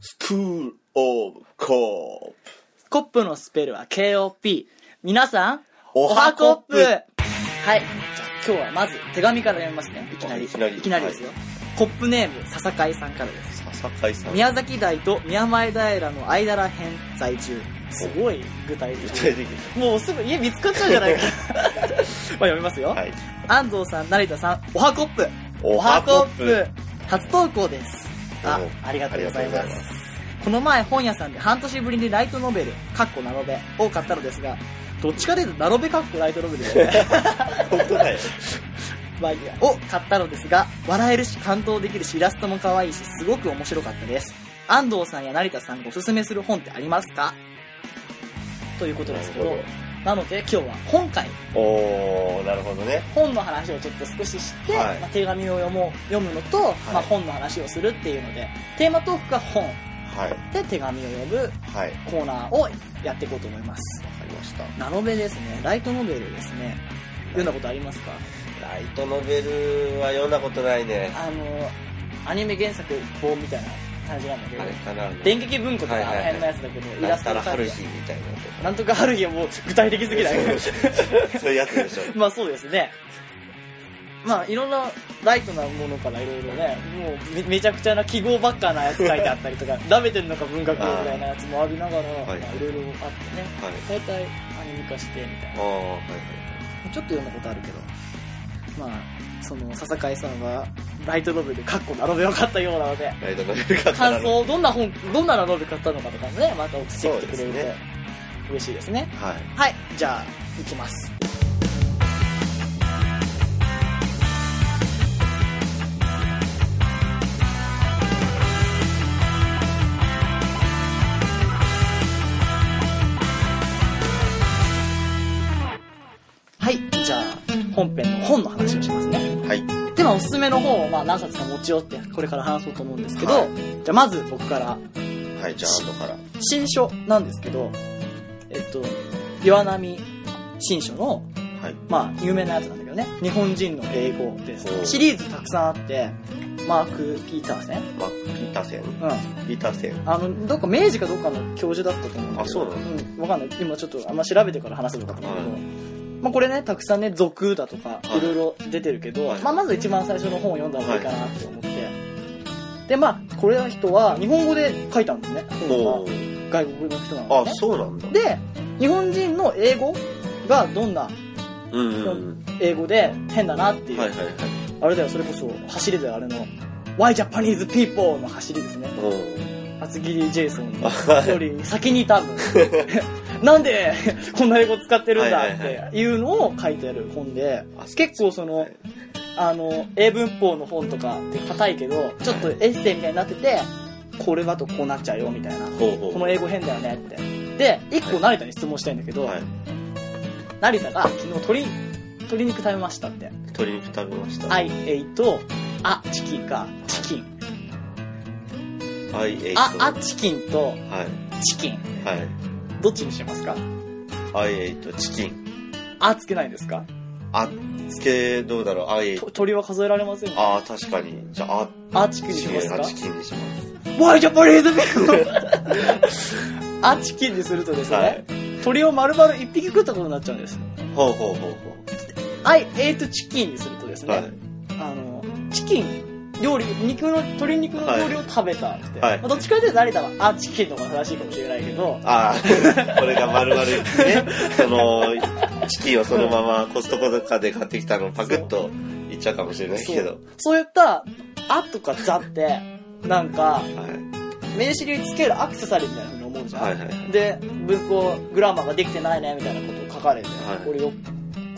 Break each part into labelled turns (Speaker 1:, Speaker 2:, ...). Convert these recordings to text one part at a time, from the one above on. Speaker 1: スクールオブコープ
Speaker 2: コップのスペルは KOP 皆さん
Speaker 1: おはコップ
Speaker 2: はいじゃあ今日はまず手紙から読みますねいきなり
Speaker 1: いきなり
Speaker 2: ですよ、コップネーム笹海さんからです
Speaker 1: 笹海さん
Speaker 2: 宮崎台と宮前平の間ら辺在住すごい具体
Speaker 1: 具
Speaker 2: 的
Speaker 1: 体的
Speaker 2: もうすぐ家見つかっちゃうんじ ゃないかまあ読みますよ、
Speaker 1: はい
Speaker 2: 安藤さん成田さんおはコップ
Speaker 1: おはコップ
Speaker 2: 初投稿ですあ
Speaker 1: お
Speaker 2: ありがとうござい
Speaker 1: あり
Speaker 2: ま
Speaker 1: がとうございます
Speaker 2: この前本屋さんで半年ぶりにライトノベルかっこナロベ多かったのですがどっちかというとナロベかっこライトノベルです ね
Speaker 1: 本当だよ
Speaker 2: まあいいやを買ったのですが笑えるし感動できるしイラストも可愛いしすごく面白かったです安藤さんや成田さんがおすすめする本ってありますかということですけど
Speaker 1: なる
Speaker 2: なので今日は本会
Speaker 1: おーなるほどね
Speaker 2: 本の話をちょっと少しして、
Speaker 1: はい
Speaker 2: まあ、手紙を読もう読むのと、まあ、本の話をするっていうのでテーマトークが本
Speaker 1: はい
Speaker 2: で手紙を読む
Speaker 1: はいわ
Speaker 2: コーナーをやっていこうと思います
Speaker 1: かりました
Speaker 2: ナノベですねライトノベルですね読んだことありますか
Speaker 1: ライトノベルは読んだことないね
Speaker 2: あのアニメ原作本みたいな感じなんだけど
Speaker 1: あれかな
Speaker 2: 電撃文庫とか
Speaker 1: はい
Speaker 2: あ
Speaker 1: はい
Speaker 2: の
Speaker 1: はい
Speaker 2: 辺のやつだけど、イ
Speaker 1: な
Speaker 2: ラ
Speaker 1: ん
Speaker 2: ス
Speaker 1: た
Speaker 2: ト
Speaker 1: ら
Speaker 2: の
Speaker 1: ハ
Speaker 2: 感
Speaker 1: ル
Speaker 2: じ
Speaker 1: ヒみたいなとか
Speaker 2: なんとか春日もう具体的すぎない
Speaker 1: そうそういうやつでしょ
Speaker 2: まあそうですね。まあいろんなライトなものからいろいろね、もうめめちゃくちゃな記号ばっかなやつ書いてあったり とか、舐めてんのか文学みたいなやつもありながら、
Speaker 1: い
Speaker 2: まあいろいろあって
Speaker 1: はい
Speaker 2: ね、大体アニメ化してみたい
Speaker 1: ああ
Speaker 2: な。
Speaker 1: はい
Speaker 2: ちょっと読んだことあるけど、まあその笹海さんはライトノベル、カッコ並べを買ったようなので、
Speaker 1: ライトノベル買った
Speaker 2: 感
Speaker 1: ら
Speaker 2: 想、どんな本、どんなラノベル買ったのかとかね、また送ってきて
Speaker 1: そ
Speaker 2: く
Speaker 1: う
Speaker 2: れる
Speaker 1: ですね
Speaker 2: と嬉しいですね。
Speaker 1: はい
Speaker 2: はい、じゃあ、行きます。はい、じゃあ、本編の本の話をしますね。
Speaker 1: はい
Speaker 2: で、まあ、おすすめの本を、まあ、何冊か持ち寄って、これから話そうと思うんですけど、
Speaker 1: はい
Speaker 2: じゃあ、まず僕から、
Speaker 1: はいじゃあ後から
Speaker 2: 新書なんですけど、えっと、岩波新書の、
Speaker 1: はい
Speaker 2: まあ、有名なやつなんだけどね、日本人の英語です
Speaker 1: お。う
Speaker 2: シリーズたくさんあって、マーク・ピーターセン
Speaker 1: マック・ピーターセン
Speaker 2: うん。
Speaker 1: ピーターセン
Speaker 2: あの、どっか明治かどっかの教授だったと思うんだけど。
Speaker 1: あそうなの
Speaker 2: うん。わかんない。今ちょっとあんま調べてから話せるのかと思うけど。
Speaker 1: はい
Speaker 2: まあこれね、たくさんね、俗だとか
Speaker 1: は、い
Speaker 2: いろいろ出てるけど、
Speaker 1: はい
Speaker 2: まあまず一番最初の本を読んだ方がいいかなって思って。で、まあ、これの人は日本語で書いたんですね。
Speaker 1: お
Speaker 2: 本が
Speaker 1: ー
Speaker 2: 外国の人なので、ね。
Speaker 1: あそうなんだ
Speaker 2: で日本人の英語がどんな
Speaker 1: うんうんうん
Speaker 2: 英語で変だなっていう、
Speaker 1: はいはいはい
Speaker 2: あれだよそれこそ走りだよあれの「Why Japanese People」の走りですね
Speaker 1: おー
Speaker 2: 厚切りジェイソ
Speaker 1: あ
Speaker 2: ン
Speaker 1: はい
Speaker 2: より先 に多分なんでこんな英語使ってるん
Speaker 1: は
Speaker 2: だ
Speaker 1: い
Speaker 2: っ
Speaker 1: はい
Speaker 2: ていうのを書いてある本で
Speaker 1: あそう
Speaker 2: 結構その
Speaker 1: はい
Speaker 2: あの英文法の本とかって硬いけどちょっとエッセイみたいになっててこれだとこうなっちゃうよみたいな
Speaker 1: ほうほう
Speaker 2: この英語変だよねってで1個成田に質問したいんだけど、
Speaker 1: はい
Speaker 2: 成田が昨日鶏鶏肉食べましたって
Speaker 1: 鶏肉食べました
Speaker 2: I ate とあチキンかチキン
Speaker 1: I ate
Speaker 2: ああチキンと
Speaker 1: はい
Speaker 2: チキン
Speaker 1: はい
Speaker 2: どっちにしますか
Speaker 1: I ate チキン
Speaker 2: あつけないですか
Speaker 1: あつけどうだろう I
Speaker 2: と
Speaker 1: ate
Speaker 2: 鳥は数えられませんよ
Speaker 1: あー確かにじゃああ
Speaker 2: あチキンに
Speaker 1: チ
Speaker 2: しま
Speaker 1: キ
Speaker 2: す
Speaker 1: ンあ
Speaker 2: か
Speaker 1: チキンにします
Speaker 2: Why Japanese people? あチキンにするとですね、
Speaker 1: はい
Speaker 2: 鳥を丸々一匹食ったことになっちゃうんです
Speaker 1: ほうほうほうほ
Speaker 2: I ate チキンにするとです
Speaker 1: う
Speaker 2: ね、
Speaker 1: はい
Speaker 2: あのチキン料理肉の鶏肉の料理を食べたって、
Speaker 1: はい
Speaker 2: まあどっちかというと成田はあチキンの方が正しいかもしれないけど
Speaker 1: ああ、 これが丸々ね、その、チキンをそのままコストコとかで買ってきたのをパクッといっちゃうかもしれない
Speaker 2: そ
Speaker 1: け
Speaker 2: う
Speaker 1: ど。
Speaker 2: そういった「あ」とか「ざ」ってなんか
Speaker 1: はい。
Speaker 2: 名詞につけるアクセサリーみたいなふうに思うじゃん、
Speaker 1: はいはいはい。
Speaker 2: で文法グラマーができてないねみたいなことを書かれて、
Speaker 1: はい
Speaker 2: これよ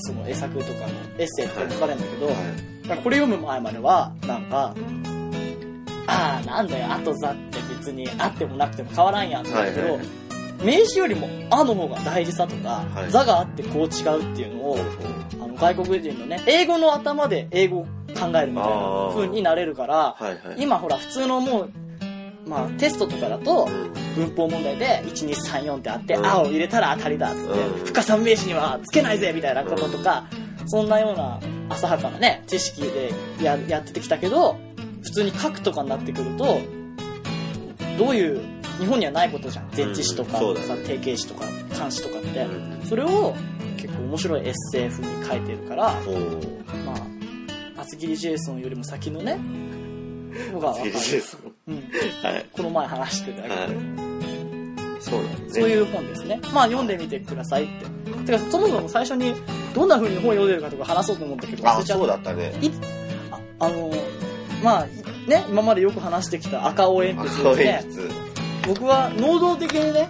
Speaker 2: その英作とかのエッセイとか書かれるんだけど、
Speaker 1: はい
Speaker 2: なんかこれ読む前まではなんか「ああなんだよあとざ」って別にあってもなくても変わらんやんって言うんだけど、
Speaker 1: はいはい
Speaker 2: 名詞よりも「あ」の方が大事さとか「
Speaker 1: はい
Speaker 2: ざ」があってこう違うっていうのをあの外国人のね英語の頭で英語を考えるみたいな風になれるから
Speaker 1: はいはい。
Speaker 2: 今ほら普通のもう、まあ、テストとかだ
Speaker 1: う
Speaker 2: と
Speaker 1: ん
Speaker 2: 文法問題で1234ってあって「
Speaker 1: うん
Speaker 2: あ」を入れたら当たりだっつって
Speaker 1: うん
Speaker 2: 深さ名詞にはつけないぜみたいなこととかそんなような浅はかなね知識でややってきたけど通に書くとかになってくるとどういう日本にはないことじゃん前置詞とか
Speaker 1: うんそうだね
Speaker 2: さ定型詞とか漢詞とかって、
Speaker 1: うん
Speaker 2: それを結構面白いエッセイ風に書いてるから、
Speaker 1: おー
Speaker 2: まあ、厚切りジェイソンよりも先のねのが
Speaker 1: ジ
Speaker 2: 分かる
Speaker 1: ェ、ジェさん
Speaker 2: うん、
Speaker 1: はい
Speaker 2: この前話してたけど、
Speaker 1: はいそうなんですね
Speaker 2: そういう本ですねまあ読んでみてくださいっててかそもそも最初にどんな風に本読んでるかとか話そうと思ったけど忘
Speaker 1: あ
Speaker 2: れちゃ
Speaker 1: そ
Speaker 2: っ
Speaker 1: うだったね
Speaker 2: たああのまあね今までよく話してきた赤青鉛
Speaker 1: あ
Speaker 2: 筆
Speaker 1: そう
Speaker 2: で、
Speaker 1: 鉛
Speaker 2: ね、
Speaker 1: 筆
Speaker 2: 僕は能動的にね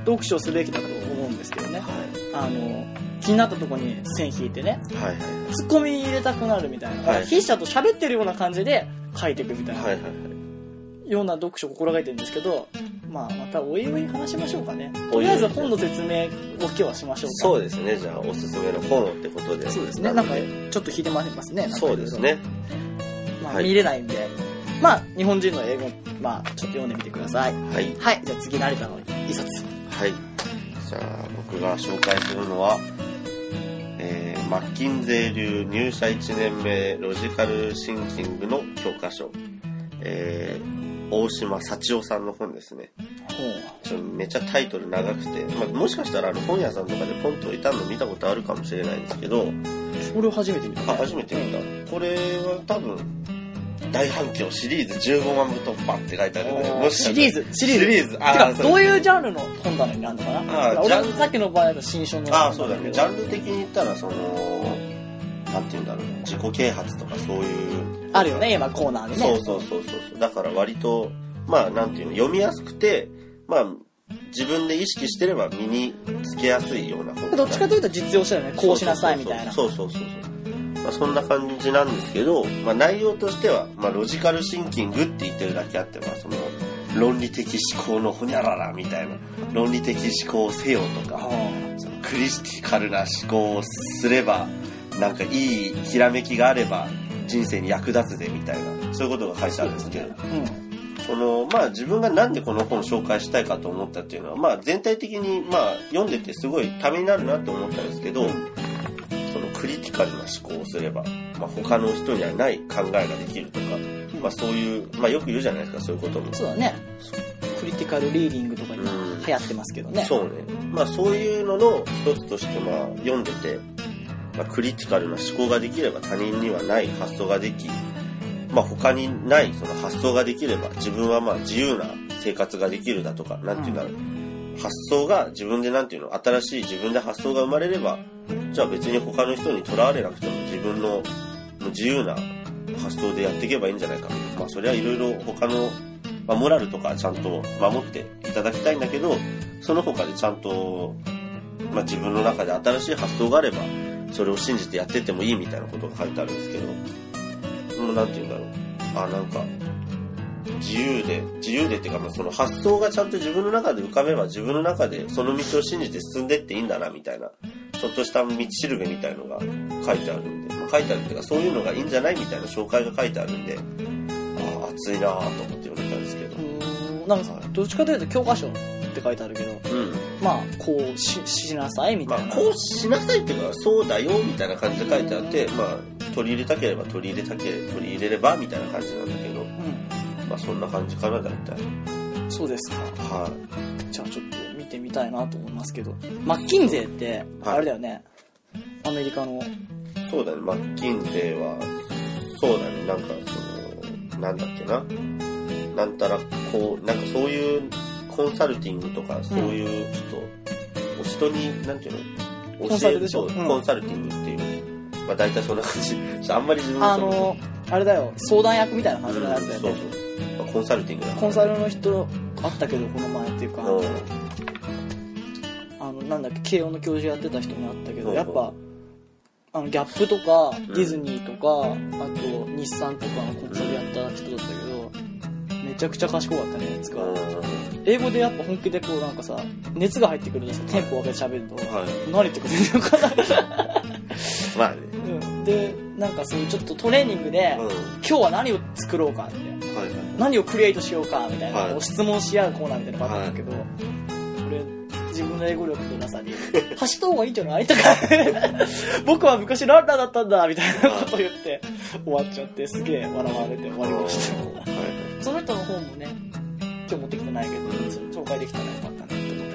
Speaker 2: 読書すべきだと思うんですけどね
Speaker 1: は
Speaker 2: あの気になったとこに線引いてね
Speaker 1: いはいはい
Speaker 2: ツッコミ入れたくなるみたいな、
Speaker 1: はい
Speaker 2: 筆者と喋ってるような感じで書いていくみたいな、
Speaker 1: はいはいはい
Speaker 2: ような読書を心がけてるんですけど、まあ、またおいおい話しましょうかね。
Speaker 1: おいお
Speaker 2: と
Speaker 1: い
Speaker 2: りあえず本の説明を今日はしましょうか。
Speaker 1: そうですねじゃあおすすめの本ってことで
Speaker 2: そうですね。なんか、ちょっと引いてますね。なんか
Speaker 1: そうです。ね
Speaker 2: まあ、
Speaker 1: はい
Speaker 2: 見れないんで。まあ、日本人の英語、まあ、ちょっと読んでみてください。
Speaker 1: はい
Speaker 2: はい。じゃあ次、成田の一冊。
Speaker 1: はいじゃあ僕が紹介するのはえーマッキンゼー流入社1年目ロジカルシンキングの教科書、えー大島幸男さんの本ですねちょっとめっちゃタイトル長くて、まあ、もしかしたらあの本屋さんとかでポンと置いたの見たことあるかもしれないんですけど
Speaker 2: これを初めて見た。
Speaker 1: あ初めて見たこれは多分大反響シリーズ15万部突破って書いてあるのでもしか
Speaker 2: シ
Speaker 1: したら
Speaker 2: リーズ、シリーズ。
Speaker 1: シリーズあー
Speaker 2: てか
Speaker 1: そう
Speaker 2: どういうジャンルの本棚になるのかな
Speaker 1: あー
Speaker 2: 俺
Speaker 1: ジャン
Speaker 2: さっきの場合だと新書の
Speaker 1: ああそうだねジャ
Speaker 2: ル。
Speaker 1: ンル的に言ったらそのなんて言うんだろうな自己啓発とかそういう
Speaker 2: あるよね、今コーナーでね。
Speaker 1: そうそうそうそうそうだから割とまあなんていうの読みやすくてまあ自分で意識してれば身につけやすいような本
Speaker 2: どっちかというと実用書だよね。こうしなさいみたいな。
Speaker 1: そうそうそうそう、まあ、そんな感じなんですけど、まあ、内容としては、まあ、ロジカルシンキングって言ってるだけあって、まあ、その論理的思考のほにゃららみたいな論理的思考をせよと
Speaker 2: あ
Speaker 1: か
Speaker 2: ー
Speaker 1: そのクリティカルな思考をすればなんかいいひらめきがあれば人生に役立つぜみたいなそういうことが書いてあるんですけど
Speaker 2: うん。
Speaker 1: そのまあ自分がなんでこの本を紹介したいかと思ったっていうのは、まあ、全体的に、まあ、読んでてすごいためになるなと思ったんですけど、そのクリティカルな思考をすれば、まあ、他の人にはない考えができるとか、まあ、そういう、まあ、よく言うじゃないですかそういうことも。
Speaker 2: そうだね。クリティカルリーディングとか今
Speaker 1: うん
Speaker 2: 流行ってますけどね。
Speaker 1: そうね。まあそういうのの一つとして、まあ読んでて、まあ、クリティカルな思考ができれば他人にはない発想ができ、まあ他にないその発想ができれば自分はまあ自由な生活ができるだとか、なんていうんだろう。発想が自分でなんていうの、新しい自分で発想が生まれれば、じゃあ別に他の人にとらわれなくても自分のもう自由な発想でやっていけばいいんじゃないか。まあそれはいろいろ他の、まあ、モラルとかちゃんと守っていただきたいんだけど、その他でちゃんと、まあ、自分の中で新しい発想があれば、それを信じてやってってもいいみたいなことが書いてあるんですけど、もうなんて言うんだろう。あ、なんか、自由で、自由でっていうか、まあ、その発想がちゃんと自分の中で浮かべば、自分の中でその道を信じて進んでっていいんだな、みたいな、ちょっとした道しるべみたいのが書いてあるんで、まあ、書いてあるっていうか、そういうのがいいんじゃないみたいな紹介が書いてあるんで、ああ、熱いなぁと思って読めたんですけど
Speaker 2: う。ーん。なんかどっちかというと教科書って書いてあるけど、
Speaker 1: うん。
Speaker 2: まあ、こうししなさいみ
Speaker 1: ま
Speaker 2: た
Speaker 1: あ
Speaker 2: い、な。
Speaker 1: こうしなさいっていうか、そうだよみたいな感じで書いてあって、まあ、取り入れたければ取り入れたければ、取り入れればみたいな感じなんだけど、
Speaker 2: う
Speaker 1: まあそんな感じかな、だいたい。
Speaker 2: ん。そうですか。
Speaker 1: は
Speaker 2: じゃあちょっと見てみたいなと思いますけど。マッキンゼーって、
Speaker 1: はい
Speaker 2: あれだよね。アメリカの。
Speaker 1: い。そうだね、マッキンゼーは、そうだね、なんかその、なんだっけな。なんたら、こう、なんかそういうコンサルティングとか、そういう、ちょっと、お人に、なんていうの
Speaker 2: コンサルでしょ
Speaker 1: そう
Speaker 2: うん
Speaker 1: コンサルティングっていう。まあ大体そんな感じ。 ちょっとあんまり自分
Speaker 2: あ
Speaker 1: もその
Speaker 2: の、あれだよ。相談役みたいな
Speaker 1: う
Speaker 2: 感
Speaker 1: ん
Speaker 2: じのやつだよ
Speaker 1: そ
Speaker 2: ね
Speaker 1: う。そう。まあコンサルティングだから
Speaker 2: コンサルの人あったけど、この前っていうか。
Speaker 1: うん
Speaker 2: あのなんだっけ慶応の教授やってた人に会ったけ
Speaker 1: う
Speaker 2: ど
Speaker 1: ん
Speaker 2: やっぱあのギャップとか
Speaker 1: ん
Speaker 2: ディズニーとか、あと日産とかのコンサルやった人だったけどめちゃくちゃ賢かったねつか
Speaker 1: は
Speaker 2: 英語でやっぱ本気でこうなんかさ熱が入ってくるとさテンポ上げて喋ると
Speaker 1: い。
Speaker 2: 慣れてくるの かな、
Speaker 1: まあね。
Speaker 2: うん、でなんかそういうちょっとトレーニングで、
Speaker 1: うん。は
Speaker 2: 今日は何を作ろうかって
Speaker 1: いはい。
Speaker 2: 何をクリエイトしようかみたいな、
Speaker 1: はい
Speaker 2: こう質問し合うコーナーみたいなのがあったんだけど、これ自分の英語力のなさに、走った方がいいんじゃないとか、僕は昔ランナーだったんだ、みたいなこと言って、終わっちゃって、すげえ笑われて終わりました。
Speaker 1: は
Speaker 2: その人の本もね、今日持ってきてないけど、紹介できたらよかったなって思ったけど、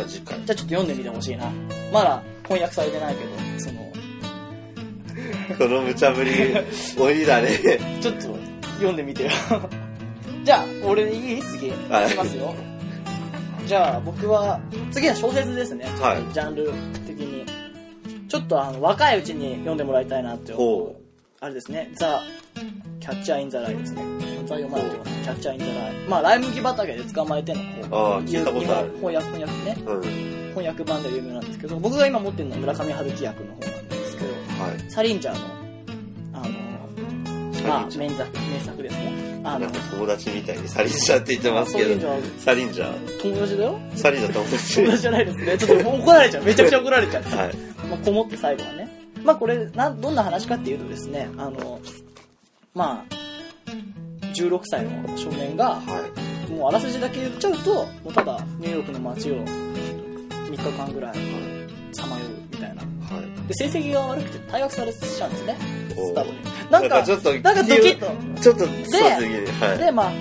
Speaker 1: い。マジか。
Speaker 2: じゃあちょっと読んでみてほしいな。まだ翻訳されてないけど、その、
Speaker 1: この無茶ぶり、鬼だね。
Speaker 2: ちょっと読んでみてよ。 じゃあ、俺でいい次。いき
Speaker 1: はい
Speaker 2: ますよ。じゃあ、僕は、次は小説ですね。
Speaker 1: は
Speaker 2: ジャンル的に。ちょっとあの、若いうちに読んでもらいたいなって思う
Speaker 1: ほ。
Speaker 2: あれですね、ザ・キャッチャー・イン・ザ・ライですね。ザ・読まないけど、キャッチャー・イン・ザ・ライ。まあ、ライ麦畑で捕まえての
Speaker 1: あ
Speaker 2: こう
Speaker 1: あ聞いたことある
Speaker 2: 日本翻訳、翻訳ね。
Speaker 1: い。うん。はい。
Speaker 2: 翻訳版で有名なんですけど、僕が今持ってるのは村上春樹役の方なんですけど、サリンジャーの、あの、まあ、名作、名作ですね。
Speaker 1: な
Speaker 2: あの
Speaker 1: ん、か友達みたいにサリンジャーって言ってます
Speaker 2: サ
Speaker 1: け
Speaker 2: リンジ
Speaker 1: ど、
Speaker 2: ャー、
Speaker 1: サリンジャー、
Speaker 2: 友達だよ
Speaker 1: サリンジャー友達。
Speaker 2: 友達じゃないですね。ちょっと怒られちゃう。めちゃくちゃ怒られちゃう。
Speaker 1: はい。
Speaker 2: まあ、こもって最後はね。まあこれなん、どんな話かっていうとですね、あの、まあ、16歳の少年が、
Speaker 1: は
Speaker 2: もうあらすじだけ言っちゃうと、もうただニューヨークの街を3日間ぐらいさまようみたいな。
Speaker 1: い。はい。
Speaker 2: で、成績が悪くて退学されちゃうんですね。
Speaker 1: お
Speaker 2: スタブに。
Speaker 1: な
Speaker 2: な
Speaker 1: んん
Speaker 2: か
Speaker 1: か、ちょっと、
Speaker 2: なんかドキッと。
Speaker 1: ちょっと、そうですね。はい。
Speaker 2: で、まあ、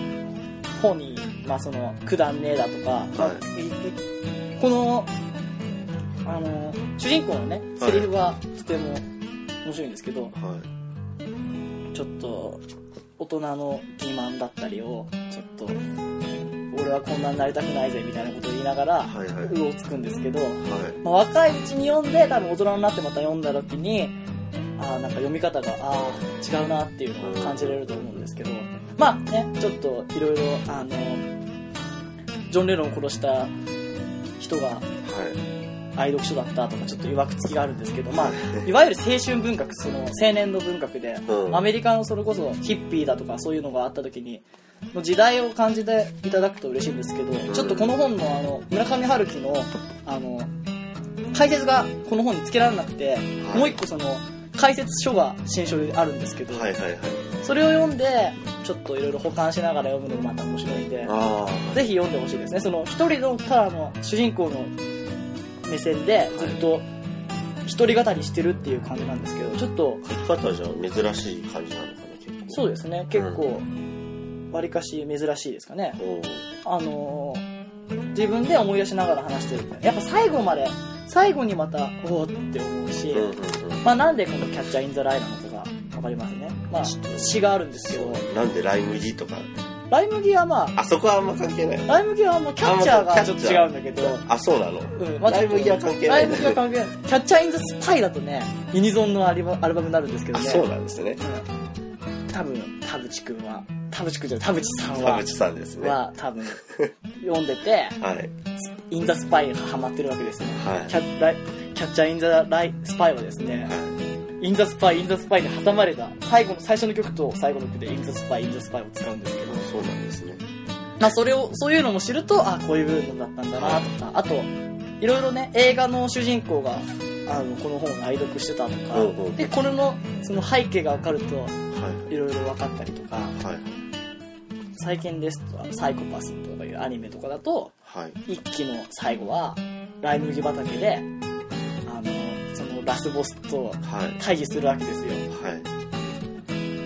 Speaker 2: 本に、まあその、くだんねえだとか、まあいいこの、あの、主人公のね、セリフがとても面白いんですけど、
Speaker 1: は
Speaker 2: ちょっと、大人の欺瞞だったりを、ちょっと、俺はこんなになりたくないぜみたいなことを言いながら、
Speaker 1: い。はいは
Speaker 2: うおつくんですけど、
Speaker 1: い。はい。
Speaker 2: まあ、若いうちに読んで、多分大人になってまた読んだ時に、ああ、なんか読み方が、ああ、違うなっていうのを感じれると思うんですけど、まあね、ちょっといろいろ、あの、ジョン・レノンを殺した人が
Speaker 1: はい。
Speaker 2: 愛読書だったとか、ちょっといわくつきがあるんですけど、まあ、いわゆる青春文学、その青年の文学で、
Speaker 1: うん。
Speaker 2: アメリカのそれこそヒッピーだとかそういうのがあった時にの時代を感じていただくと嬉しいんですけど、ちょっとこの本のあの村上春樹のあの解説がこの本につけられなくて、
Speaker 1: い
Speaker 2: もう一個その解説書が新書であるんですけど、
Speaker 1: はいはいはい。
Speaker 2: それを読んでちょっといろいろ保管しながら読むのもまた面白いんで
Speaker 1: あ
Speaker 2: ぜひ読んでほしいですねその一人のただの主人公の目線でずっと一人語りしてるっていう感じなんですけどちょっと
Speaker 1: あ。書き方じゃ珍しい感じなのかな、結構。
Speaker 2: そうですね、結構、わりかし珍しいですかね。
Speaker 1: おー
Speaker 2: あのー自分で思い出しながら話してるみたいな。やっぱ最後まで、最後にまた、おーって思うし、
Speaker 1: うんうんうん。
Speaker 2: まあなんでこのキャッチャーインザライなのかがわかりますね。まあ、詩があるんですけど、
Speaker 1: なんでライ麦とか、
Speaker 2: ライ麦はまあ、
Speaker 1: あそこはあんま関係ない。
Speaker 2: ライ麦はまあキャッチャー
Speaker 1: あま
Speaker 2: が
Speaker 1: あ
Speaker 2: ち
Speaker 1: キ
Speaker 2: ょ
Speaker 1: ャ
Speaker 2: っ
Speaker 1: ッ
Speaker 2: と
Speaker 1: チャー
Speaker 2: 違うんだけど、
Speaker 1: あ、そうなの
Speaker 2: うん、
Speaker 1: ライ麦は関係
Speaker 2: ラ
Speaker 1: な
Speaker 2: イ
Speaker 1: い
Speaker 2: 麦は関係ない。キャッチャーインザスパイだとね、ユニゾンのアルバアルバムになるんですけど
Speaker 1: あ、
Speaker 2: ね。
Speaker 1: そうなんですね。
Speaker 2: うん多分、田淵くんは、田淵くんじゃない田淵さん
Speaker 1: 田
Speaker 2: は、
Speaker 1: 淵さんですね。は
Speaker 2: は多分読んでて、
Speaker 1: い。はい。
Speaker 2: インザスパイがハマってるわけですよ。キャライキャッチャーインザライスパイはですね、
Speaker 1: は
Speaker 2: インザスパイ、インザスパイに挟まれた、最後の、最初の曲と最後の曲でインザスパイ、インザスパイを使うんですけど
Speaker 1: い。、そうなんですね。
Speaker 2: まあそれを、そういうのも知ると、あ、こういう部分だったんだなとか、あと、いろいろね、映画の主人公が、あの、この本を愛読してたと
Speaker 1: うんうん
Speaker 2: か、で、これの、その背景がわかると、
Speaker 1: はい
Speaker 2: ろいろ分かったりとか、
Speaker 1: い。はい。
Speaker 2: 最近ですと、あのサイコパスとかいうアニメとかだと、
Speaker 1: はい。
Speaker 2: 一期の最後はライ麦畑であのそのラスボスと
Speaker 1: はい。
Speaker 2: 対峙するわけですよ
Speaker 1: はい。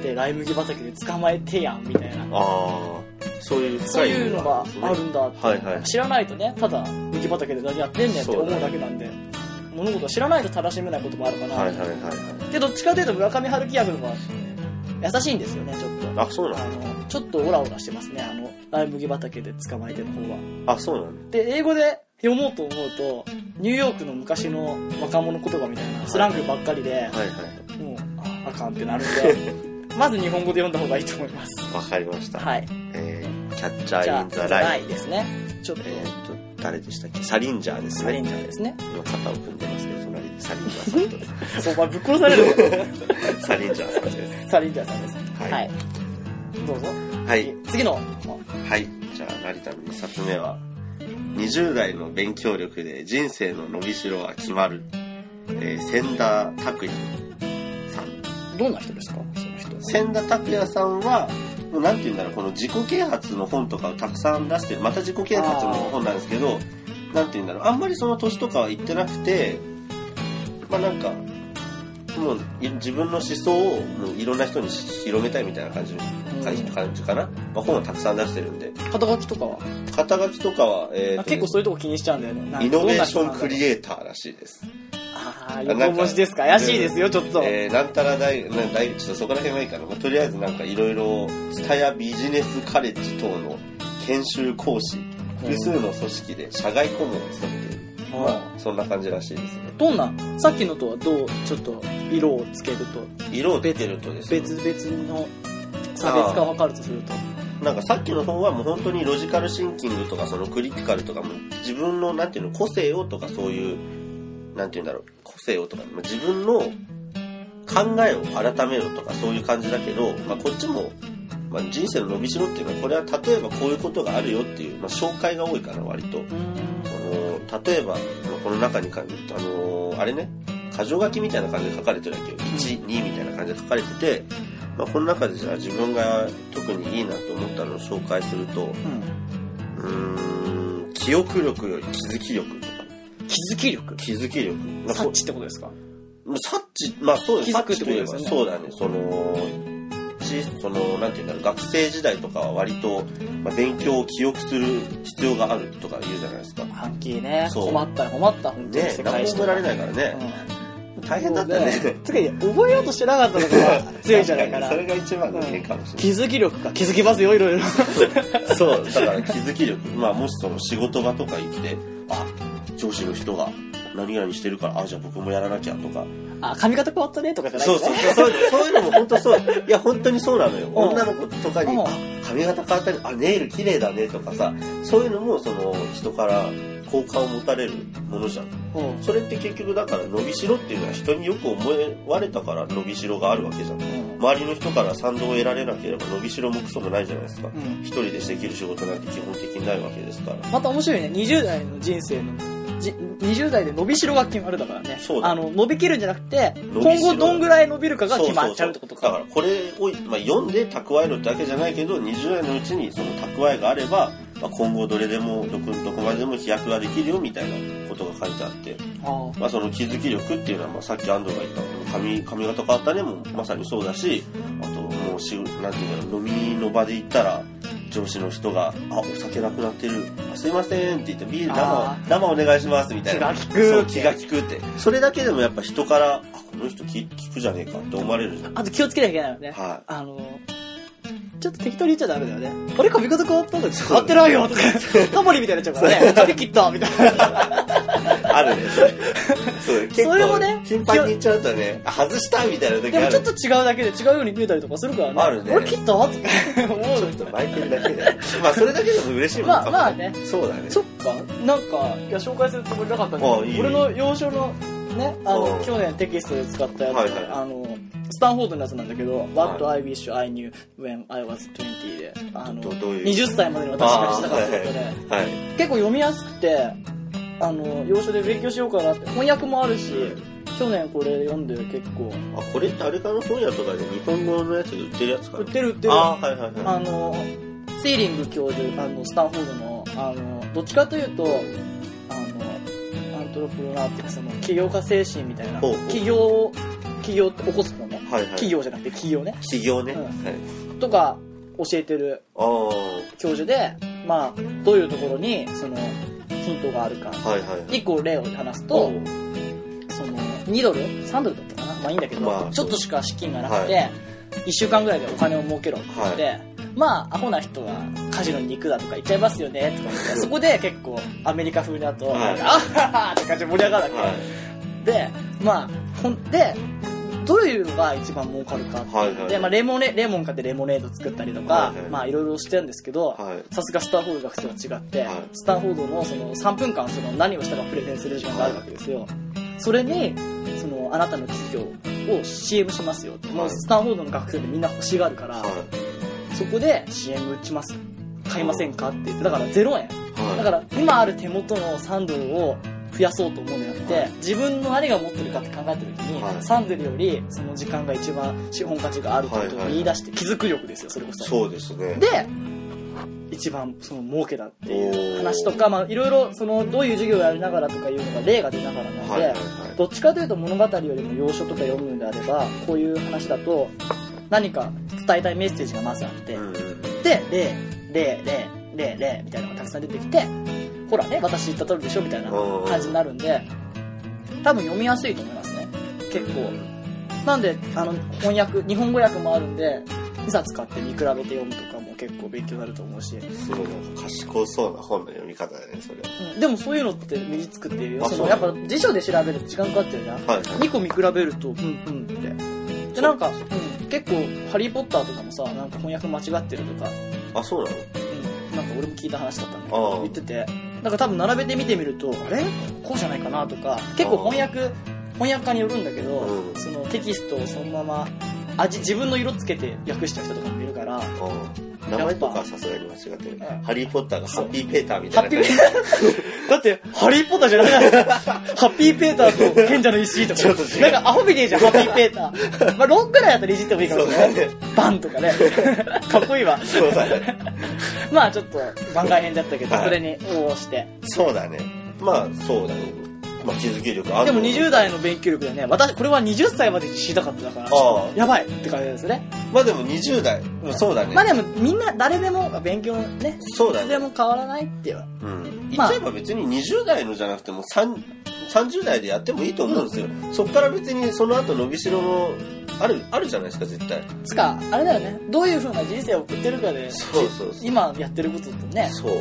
Speaker 2: でライ麦畑で捕まえてやんみたいな
Speaker 1: ああ、そういう
Speaker 2: そ
Speaker 1: 深
Speaker 2: う
Speaker 1: い
Speaker 2: いうのがあるんだって、
Speaker 1: はいはい
Speaker 2: 知らないとねただ麦畑で何やってんねんって思うだけなんで、物事を知らないと正しめないこともあるかな、
Speaker 1: はいはいはいは
Speaker 2: でどっちかというと村上春樹役の方が優しいんですよねちょっと
Speaker 1: い。あ、そうな
Speaker 2: あ
Speaker 1: の
Speaker 2: のちょっとオラオラしてますねあのライ麦畑で捕まえての方は
Speaker 1: あ、そうなの
Speaker 2: で、英語で読もうと思うと、ニューヨークの昔の若者言葉みたいなスラングばっかりで、
Speaker 1: はいは
Speaker 2: もう、ああかんってなる んで、まず日本語で読んだ方がいいと思います。
Speaker 1: い。わかりました。
Speaker 2: はい。
Speaker 1: えー、キャッチャ
Speaker 2: じ
Speaker 1: ー・
Speaker 2: ゃ
Speaker 1: イ
Speaker 2: あ
Speaker 1: ン・、ザ・
Speaker 2: ラ
Speaker 1: ラ
Speaker 2: イ
Speaker 1: イン。
Speaker 2: ですね。ちょっと、
Speaker 1: えーっと、誰でしたっけサリンジャーです
Speaker 2: サリン
Speaker 1: ね。
Speaker 2: ジャーですね。
Speaker 1: 今肩を組んでますけど、隣でサリンジャーさん
Speaker 2: そう、お前ぶっ殺される よ
Speaker 1: と。サリンジャーさんです。
Speaker 2: サリンジャーさんです。
Speaker 1: はい
Speaker 2: はい。どうぞ。
Speaker 1: はい。
Speaker 2: 次の、
Speaker 1: はい。じゃあ、成田の2冊目は、20代の勉強力で人生の伸びしろは決まる。えー、千田拓也さん。
Speaker 2: どんな人ですかその人。
Speaker 1: 千田拓也さんは、もうなんて言うんだろう、この自己啓発の本とかをたくさん出してる、また自己啓発の本なんですけど、なんて言うんだろう、あんまりその年とかは言ってなくて、まあなんか、もうい自分の思想をもういろんな人に広めたいみたいな感じ感じ感じかな。まあ、本はたくさん出してるんで。
Speaker 2: 肩書きとかは、
Speaker 1: 肩書きとかは、えー
Speaker 2: あ
Speaker 1: と
Speaker 2: 結構そういうとこ気にしちゃうんだよねなんか
Speaker 1: イノベーショ
Speaker 2: どんな人なんだ
Speaker 1: ン
Speaker 2: ろう
Speaker 1: クリエイターらしいです。
Speaker 2: ああ横文字ですか怪しいですよちょっと、
Speaker 1: えー、なんたら大、な大ちょっとそこら辺はいいかな。まあ、とりあえずなんかいろいろ、ツタヤビジネスカレッジ等の研修講師、
Speaker 2: うん
Speaker 1: 複数の組織で社外顧問を務めている。ま
Speaker 2: は
Speaker 1: あ、そんな感じらしいですね。
Speaker 2: いどんなさっきのとはどうちょっと色をつけると
Speaker 1: 色を出てるとですね、
Speaker 2: 別々の差別化を図るとすると
Speaker 1: なんかさっきの方はもう本当にロジカルシンキングとかそのクリティカルとかも自分のなんていうの個性をとかそういうなんていうんだろう個性をとかまあ自分の考えを改めろとかそういう感じだけど、まあ、こっちも、まあ、人生の伸びしろっていうのはこれは例えばこういうことがあるよっていう、まあ、紹介が多いかな割と
Speaker 2: うーん
Speaker 1: あの例えばまあこの中にかあのあれね箇条書きみたいな感じで書かれてるわけよ12みたいな感じで書かれてて、まあ、この中でじゃあ自分が特にいいなと思ったのを紹介するとうーん記憶力より気づき力とか
Speaker 2: うん気づき力
Speaker 1: 気づき力まあこ
Speaker 2: 察知ってことですか
Speaker 1: 察知まあそうです
Speaker 2: 気づくってことですよ
Speaker 1: 察
Speaker 2: ね
Speaker 1: 知といえばそうだねそのちそのなんていうんだろう学生時代とかは割と、まあ、勉強を記憶する必要があるとか言うじゃないですか
Speaker 2: 半径ね
Speaker 1: そう
Speaker 2: 困ったら困った本当に
Speaker 1: ね
Speaker 2: 世
Speaker 1: 何
Speaker 2: 界
Speaker 1: も
Speaker 2: 史
Speaker 1: 覚えられないからね、大変だったね。
Speaker 2: つか覚えようとしてなかった のが強いんじゃないかな
Speaker 1: それが一番の変かもし
Speaker 2: 気
Speaker 1: れ
Speaker 2: づき力か気づきますよいろいろ
Speaker 1: ない。そう、だから気づき力。まあ、もしその仕事場とか行って、あ、上司の人が何々してるから、あ、じゃあ僕もやらなきゃとか。
Speaker 2: あ髪型変わったねとかじゃない
Speaker 1: そうそうそう、そういうそういうのも本当そう。いや、本当にそうなのよ。
Speaker 2: ん
Speaker 1: 女の子とかに、
Speaker 2: うん
Speaker 1: あ、髪型変わったり、あ、ネイル綺麗だねとかさ、そういうのも、その、人から好感を持たれるものじゃん。
Speaker 2: う、うん
Speaker 1: それって結局だから伸びしろっていうのは人によく思われたから伸びしろがあるわけじゃん。周りの人から賛同を得られなければ伸びしろもクソもないじゃないですか
Speaker 2: うん
Speaker 1: 一人でできる仕事なんて基本的にないわけですから
Speaker 2: また面白いね20代の人生のじ20代で伸びしろが決まるだからね
Speaker 1: そうだ
Speaker 2: あの伸びきるんじゃなくて
Speaker 1: 伸び
Speaker 2: 今
Speaker 1: しろ
Speaker 2: 後どんぐらい伸びるかが決まっちゃうってこと
Speaker 1: だか
Speaker 2: から
Speaker 1: これを、まあ、読んで蓄えるだけじゃないけど20代のうちにその蓄えがあれば、まあ、今後どれでもどこどこまででも飛躍ができるよみたいなことが書いてあって、
Speaker 2: あ
Speaker 1: まあ、その気づき力っていうのは、まあ、さっき安藤が言った髪髪型変わったねもまさにそうだしあともうしなんていうんだろう飲みの場で行ったら上司の人が「あお酒なくなってるあすいません」って言って「ビール
Speaker 2: あ
Speaker 1: 生生お願いします」みたいな
Speaker 2: 気が利く
Speaker 1: そう気が利くってそれだけでもやっぱ人から「あこの人聞聞くじゃねえか」って思われるじゃん
Speaker 2: あと気をつけなきゃいけないよね
Speaker 1: は
Speaker 2: あのちょっと適当に言っちゃダメだよね。俺髪型変わったんだけど、変わってないよとか、タモリみたいになっちゃうからね、髪切ったみたい
Speaker 1: い
Speaker 2: な。
Speaker 1: あるねそれそう結構
Speaker 2: それもね
Speaker 1: 頻繁に言っちゃうとねあ外したみたいな時
Speaker 2: で
Speaker 1: あ
Speaker 2: も
Speaker 1: る
Speaker 2: ちょっと違うだけで違うように見えたりとかするからね。
Speaker 1: あるね
Speaker 2: 俺切ったわとか思うよね
Speaker 1: 巻いてるだけでまあそれだけでも嬉しいもん
Speaker 2: まあ
Speaker 1: かも
Speaker 2: まあね。
Speaker 1: そうだね
Speaker 2: そっか、なんか、いや、紹介するつもりなかったんだ
Speaker 1: あいい
Speaker 2: け
Speaker 1: よ
Speaker 2: ど、俺の幼少の、ね、あ
Speaker 1: う
Speaker 2: の
Speaker 1: ん、
Speaker 2: 去年テキストで使ったやつ、
Speaker 1: はいはい
Speaker 2: あの、スタンフォードのやつなんだけど、What I wish I knew when I was 20で、あの、
Speaker 1: どどういう
Speaker 2: 20歳までに私がしたかったことで、
Speaker 1: はい
Speaker 2: 結構読みやすくて、あの、幼少で勉強しようかなって、翻訳もあるし、去年これ読んで結構、
Speaker 1: あこれってあれかな本屋とかで日本語のやつで売ってるやつかな
Speaker 2: 売ってる売ってる。
Speaker 1: あーはいはいは
Speaker 2: あの、セーリング教授、あの、スタンフォードの、あの、どっちかというと、あの、アントロプロナーっていうか、その、起業家精神みたいな、
Speaker 1: ほうほう
Speaker 2: 起業、起業って起こすもんね。
Speaker 1: いはいはい
Speaker 2: 企業じゃなくて起業ね。
Speaker 1: 企業ね、
Speaker 2: うん
Speaker 1: はい
Speaker 2: とか、教えてる
Speaker 1: ああ
Speaker 2: 教授で、まあ、どういうところに、その、ヒントがあるか。
Speaker 1: はいはいはい
Speaker 2: 一個例を話す
Speaker 1: お
Speaker 2: と、その、2ドル ?3 ドルだったかなまあいいんだけど、
Speaker 1: まあ
Speaker 2: ちょっとしか資金がなくて、1週間ぐらいでお金を儲けろって言って、まあ、アホな人はカジノに行くだとか言っちゃいますよね、とか言って、そこで結構アメリカ風だと、
Speaker 1: はい
Speaker 2: なんか、あはははって感じで盛り上がるわ
Speaker 1: は
Speaker 2: け。で、まあ、ほんで、どういうのが一番儲かるかって、
Speaker 1: はいはい
Speaker 2: で、まあ、レモネ、レモン買ってレモネード作ったりとか、
Speaker 1: はいはい
Speaker 2: まあ、いろいろしてるんですけど、
Speaker 1: いはい
Speaker 2: さすがスタンフォード学生は違って、
Speaker 1: はい
Speaker 2: スタンフォードのその3分間その何をしたかプレゼンする時間があるわけですよ。それに、そのあなたの企業を CM しますよって。も
Speaker 1: は
Speaker 2: う
Speaker 1: い
Speaker 2: スタンフォードの学生でみんな欲しがるから、
Speaker 1: はい
Speaker 2: そこで CM 打ちます。買いませんかって言って、だから0円。
Speaker 1: は
Speaker 2: だから今ある手元の3ドルを増やそうと思うんじゃなくて、
Speaker 1: はい
Speaker 2: 自分の何が持ってるかって考えた時に、
Speaker 1: はい
Speaker 2: 3ドルよりその時間が一番資本価値があるってことを言い出して気づく力ですよ、それこ
Speaker 1: い
Speaker 2: そ。
Speaker 1: そうですね
Speaker 2: で、一番その儲けだっていう話とか、まあ、いろいろそのどういう授業をやりながらとかいうのが例が出ながらなの
Speaker 1: はい
Speaker 2: で、
Speaker 1: はいはい。
Speaker 2: どっちかというと物語よりも要所とか読むんであればこういう話だと何か伝えたいメッセージがまずあって、
Speaker 1: うんうん
Speaker 2: で例例例例例みたいなのがたくさん出てきてほらね私言った通りでしょみたいな感じになるんで多分読みやすいと思いますね結構なんであの翻訳日本語訳もあるんで2冊買って見比べて読むとかも結構勉強になると思うし、
Speaker 1: すごいなんか賢そうな本の読み方だね、それ。
Speaker 2: うん、でもそういうのって身につくっていうよ
Speaker 1: あ
Speaker 2: そ
Speaker 1: そう
Speaker 2: のやっぱ辞書で調べると時間かかってるじゃん
Speaker 1: はいはい。
Speaker 2: 2個見比べるとうんうんってでなんか、うん、結構「ハリー・ポッター」とかもさなんか翻訳間違ってるとか、
Speaker 1: あ、そうなの
Speaker 2: うん、なんか俺も聞いた話だったんだけ
Speaker 1: あ
Speaker 2: ど
Speaker 1: あ
Speaker 2: 言っててなんか多分並べて見てみるとあれこうじゃないかなとか結構翻訳翻訳家によるんだけど、
Speaker 1: うん
Speaker 2: そのテキストをそのまま味自分の色つけて訳した人とかもい るから
Speaker 1: うん名前とかはさすがに間違ってる。
Speaker 2: うん
Speaker 1: ハリー・ポッターがハッピー・ペーターみた
Speaker 2: ハ
Speaker 1: いな
Speaker 2: ッピー
Speaker 1: 感
Speaker 2: ペ
Speaker 1: じ
Speaker 2: ー。ターだって、ハリー・ポッターじゃなくないハッピーペーターと賢者の石井と
Speaker 1: ちょ
Speaker 2: か
Speaker 1: っと違。う
Speaker 2: なんかアホみてえじゃん、ハッピーペータ ー。まあ、ロンぐらいやったらいじってもいいかも
Speaker 1: そ
Speaker 2: し
Speaker 1: う
Speaker 2: れ
Speaker 1: だ
Speaker 2: ない。
Speaker 1: ね。
Speaker 2: バン とかね。かっこいいわ。
Speaker 1: そうだね。
Speaker 2: まあ、ちょっと番外編だったけど、
Speaker 1: はい
Speaker 2: それに応募して。
Speaker 1: そうだね。まあ、そうだね。まあ、気づき力ある
Speaker 2: で
Speaker 1: と思
Speaker 2: も
Speaker 1: う
Speaker 2: 20代の勉強力でね、私、これは20歳までに知りたかっただから、
Speaker 1: あ
Speaker 2: やばいって感じですね。
Speaker 1: あ。まあでも20代。うんそうだね
Speaker 2: まあ。でも、みんな誰でもが勉強ね、
Speaker 1: そうだ
Speaker 2: いつで
Speaker 1: ね。
Speaker 2: も変わらないっていう。
Speaker 1: うん。言
Speaker 2: ま
Speaker 1: っ
Speaker 2: あ
Speaker 1: ちゃえば別に20代のじゃなくても3 30代でやってもいいと思うんですよ。そっから別にその後伸びしろもある、あるじゃないですか、絶対。
Speaker 2: つか、あれだよね、どういう風な人生を送ってるかで、
Speaker 1: そうそうそう。
Speaker 2: 今やってることとね、
Speaker 1: そう。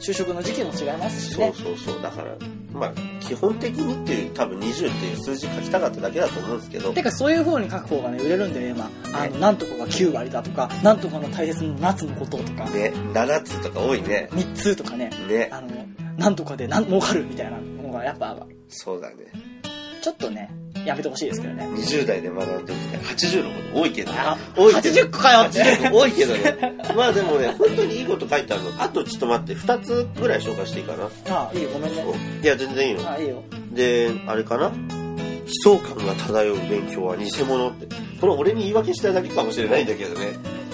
Speaker 2: 就職の時期も違いますし
Speaker 1: そう
Speaker 2: ね。
Speaker 1: そうそう。だから、まあ、基本的にっていう、多分20っていう数字書きたかっただけだと思うんですけど。
Speaker 2: てかそういう方に書く方がね、売れるんだよ、今。あの、
Speaker 1: ね
Speaker 2: なんとかが9割だとか、なんとかの大切な夏のこととか、
Speaker 1: ね、7つとか多いね。
Speaker 2: 3つとかね、
Speaker 1: ね、
Speaker 2: あの、なんとかでなん儲かるみたいなのがやっぱ、
Speaker 1: そうだね。
Speaker 2: ちょっとね、やめてほしいですけどね。
Speaker 1: 20代で学んでるみたい80のこと多いけどね。
Speaker 2: あ、
Speaker 1: 多いけど
Speaker 2: 80個かよって。
Speaker 1: 80個多いけどね。 まあでもね、本当にいいこと書いてあるの。あとちょっと待って、2つぐらい紹介していいかな。
Speaker 2: あ、いいよ、ごめんね。
Speaker 1: いや、全然いいの。
Speaker 2: あ、いいよ。
Speaker 1: で、あれかな悲壮感が漂う勉強は偽物って。これ俺に言い訳したいだけかもしれないんだけどね。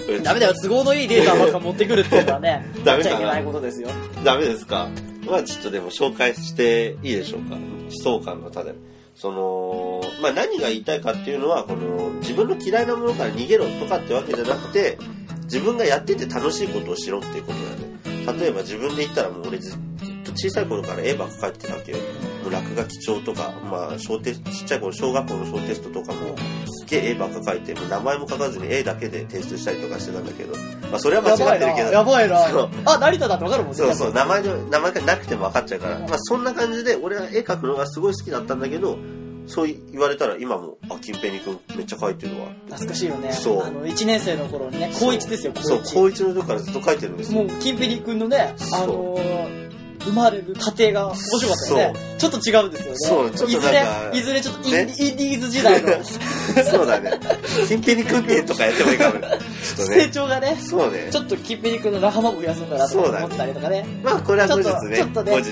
Speaker 1: これ
Speaker 2: ダメだよ、都合のいいデータばっか持ってくるってことはね、
Speaker 1: ダ
Speaker 2: や
Speaker 1: メ
Speaker 2: っちゃ
Speaker 1: か
Speaker 2: いけ
Speaker 1: な
Speaker 2: ないことですよ。
Speaker 1: ダメですかまあちょっとでも紹介していいでしょうか悲壮感が漂う。その、まあ何が言いたいかっていうのは、この自分の嫌いなものから逃げろとかってわけじゃなくて、自分がやってて楽しいことをしろっていうことだね。例えば自分で言ったらもう俺ずずっと小さい頃から絵ばっかり描いてたわけよ。もう落書き帳とか、まあ小テスト、ちっちゃい頃小学校の小テストとかも、すっげえ絵ばっか描いて、もう名前も書かずに絵だけで提出したりとかしてたんだけど、まあそれは
Speaker 2: や
Speaker 1: 間違
Speaker 2: ば
Speaker 1: っ
Speaker 2: い
Speaker 1: て
Speaker 2: な、
Speaker 1: るけど、
Speaker 2: やばいな
Speaker 1: そう。
Speaker 2: あ、成田だってわかるもん。
Speaker 1: そうそうう、名前で、名前がなくても分かっちゃうから。まあそんな感じで、俺は絵描くのがすごい好きだったんだけど、そう言われたら今も、あ、金平に君めっちゃ描いてるわ。
Speaker 2: 懐かしいよね。
Speaker 1: そう
Speaker 2: あの、1年生の頃にね、高1ですよ、
Speaker 1: そ
Speaker 2: 高
Speaker 1: う、
Speaker 2: 1
Speaker 1: 高。一の時からずっと描いてるんですよ。
Speaker 2: もう、キンペリ君のね、あ
Speaker 1: そ
Speaker 2: のー生まれる過程が面白かったよね。ちょっと違うんですよね。
Speaker 1: そうちょっと
Speaker 2: いずれ
Speaker 1: なんか、
Speaker 2: いずれちょっと イン,、
Speaker 1: ね
Speaker 2: インディーズ時代の
Speaker 1: そうだ ね。金平に君ってとかやってもいいかもね。ちょっと
Speaker 2: 成
Speaker 1: ね。
Speaker 2: 長がね、
Speaker 1: そうね
Speaker 2: ち。ょっとキンペリ君の仲間も増やすんだなとか思ったりとかね。
Speaker 1: まあこれは後日ね。
Speaker 2: ちょっと
Speaker 1: 後日。
Speaker 2: ち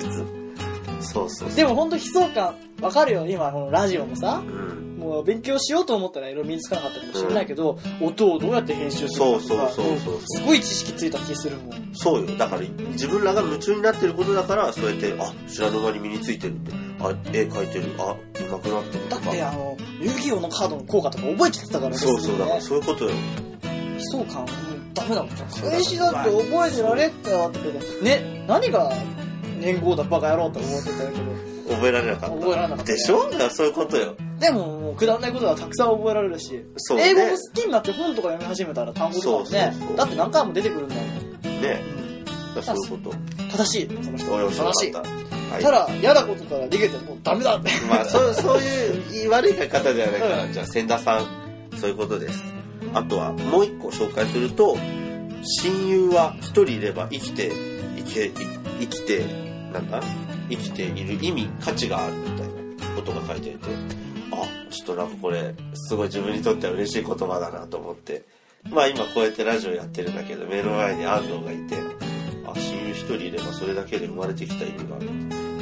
Speaker 1: そうそうそう。
Speaker 2: でもほんと悲壮感、わかるよ、今、このラジオもさ。
Speaker 1: うん。
Speaker 2: もう勉強しようと思ったらいろいろ身につかなかったかもしれないけど、音をどうやって編集する
Speaker 1: そ
Speaker 2: の
Speaker 1: う
Speaker 2: か
Speaker 1: そ
Speaker 2: とか
Speaker 1: うそうそうそう。
Speaker 2: すごい知識ついた気するもん。
Speaker 1: そうよ。だから、自分らが夢中になってることだから、そうやって、あ、知らぬ間に身についてるって。あ、絵描いてる。あ、上手くなってる。
Speaker 2: だっ
Speaker 1: まあ
Speaker 2: て、あの、遊戯王のカードの効果とか覚えちゃってたからね。
Speaker 1: そうそう、だから
Speaker 2: す
Speaker 1: そういうことよ。
Speaker 2: ぐにね悲壮感、うん、ダメだもん。
Speaker 1: う
Speaker 2: 返しだって覚えてられっかってけど、ね、何が年号だバカ野郎と思ってたけど、
Speaker 1: 覚えられなかった。
Speaker 2: 覚えられなかったね
Speaker 1: でしょだからそういうことよ。
Speaker 2: でももうくだらないことはたくさん覚えられるし、
Speaker 1: そうね。
Speaker 2: 英語も好きになって本とか読み始めたら単語とか
Speaker 1: そ
Speaker 2: もね
Speaker 1: うそうそう
Speaker 2: だって何回も出てくるんだもん。
Speaker 1: ね。だからそういうこと。
Speaker 2: 正しい、その人。
Speaker 1: およそ
Speaker 2: 正しい。
Speaker 1: かった。はい。
Speaker 2: ただ、嫌なことから逃げてもうダメだって。
Speaker 1: まあ、そう、そういう悪い書き方ではないから、じゃあ、千田さん、そういうことです。あとは、もう一個紹介すると、親友は一人いれば生きて、いけ、い生きて、なんだ生きている意味、価値があるみたいなことが書いてあって、あ、ちょっとなんかこれ、すごい自分にとっては嬉しい言葉だなと思って、まあ今こうやってラジオやってるんだけど、目の前に安藤がいて、あ、親友一人いればそれだけで生まれてきた意味がある。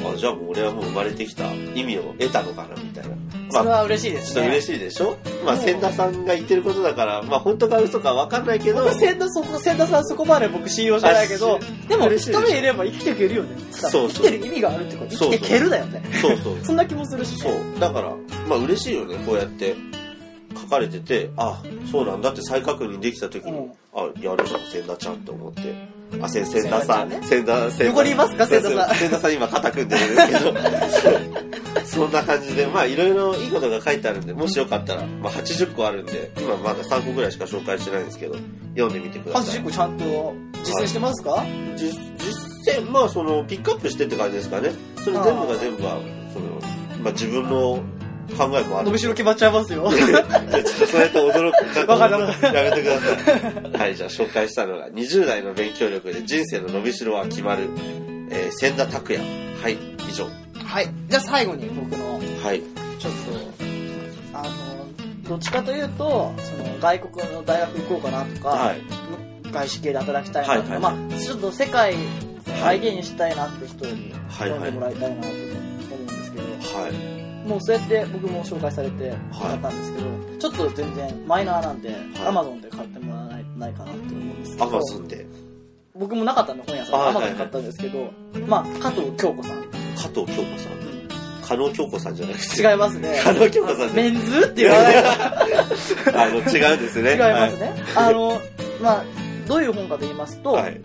Speaker 1: あじゃあもう俺はもう生まれてきた意味を得たのかなみたいな
Speaker 2: それは嬉しいです
Speaker 1: ちょっ
Speaker 2: ね。
Speaker 1: と嬉
Speaker 2: しい。
Speaker 1: しいでしょ、まあ、
Speaker 2: うん
Speaker 1: 千田さんが言ってることだから、まあ、本当か嘘か分かんないけど、
Speaker 2: 僕、千田、そこ、千田さんそこまで僕信用してないけど
Speaker 1: あ、
Speaker 2: でも、
Speaker 1: 嬉しい
Speaker 2: 一
Speaker 1: でしょ
Speaker 2: 目いれば生きていけるよね。
Speaker 1: そう
Speaker 2: 生
Speaker 1: そ
Speaker 2: き
Speaker 1: う
Speaker 2: てる意味があるってこと。
Speaker 1: そ
Speaker 2: 生
Speaker 1: うそう
Speaker 2: きていけるだよね。
Speaker 1: そうそう。
Speaker 2: そんな気もするし
Speaker 1: そ
Speaker 2: ね。
Speaker 1: う。だから、まあ嬉しいよね、こうやって書かれてて、あ、そうなんだって再確認できた時に、
Speaker 2: うん
Speaker 1: あ、やるじゃん、千田ちゃんって思って。あ、せ、千田さん、
Speaker 2: 千田ちゃん
Speaker 1: 千田、
Speaker 2: ね
Speaker 1: 千田。
Speaker 2: 横にいますか千田さん
Speaker 1: 千田さん今肩組んでるんですけど、 そうそんな感じで、まあいろいろいいことが書いてあるんで、もしよかったら、まあ80個あるんで、今まだ3個ぐらいしか紹介してないんですけど、読んでみてください
Speaker 2: 80。個ちゃんと実践してますか
Speaker 1: 実実践まあそのピックアップしてって感じですかねそれ全部が全部はその、まあ、自分の考えもあ
Speaker 2: 伸
Speaker 1: る
Speaker 2: びしろ決まっちゃいま すよ。
Speaker 1: いやちょっとそうやって驚く
Speaker 2: わかんなかっ
Speaker 1: やめてくださいはいじゃあ紹介したのが20代の勉強力で人生の伸びしろは決まる、えー、千田拓也はい以上
Speaker 2: はい。じゃあ最後に僕の、
Speaker 1: はい
Speaker 2: ちょっと、あの、どっちかというと、その外国の大学行こうかなとか、
Speaker 1: はい
Speaker 2: 外資系で働きたいなとか、
Speaker 1: はいは
Speaker 2: まあ、ちょっと世界を再現したいなって人に
Speaker 1: はい
Speaker 2: 読ん
Speaker 1: は
Speaker 2: で
Speaker 1: い
Speaker 2: も
Speaker 1: は
Speaker 2: らいたいなと思うんですけど、
Speaker 1: い
Speaker 2: もうそうやって僕も紹介されてもらったんですけど、ちょっと全然マイナーなんで、Amazon で買ってもらわないないかなって思うんですけ
Speaker 1: ア
Speaker 2: ど
Speaker 1: マ、ゾンで
Speaker 2: 僕もなかったんで本屋さんで
Speaker 1: あはいは
Speaker 2: Amazon
Speaker 1: い
Speaker 2: で買ったんですけど、まあ、加藤京子さん。
Speaker 1: 加藤京子さん加納京子さんじゃなくて
Speaker 2: 違います ね。
Speaker 1: 加納京子さん
Speaker 2: メ
Speaker 1: ね
Speaker 2: ンズって言わない と
Speaker 1: あの違うんですね
Speaker 2: 違います
Speaker 1: ね
Speaker 2: ね。あの、まあ、どういう本かと言いますと、
Speaker 1: はい、はい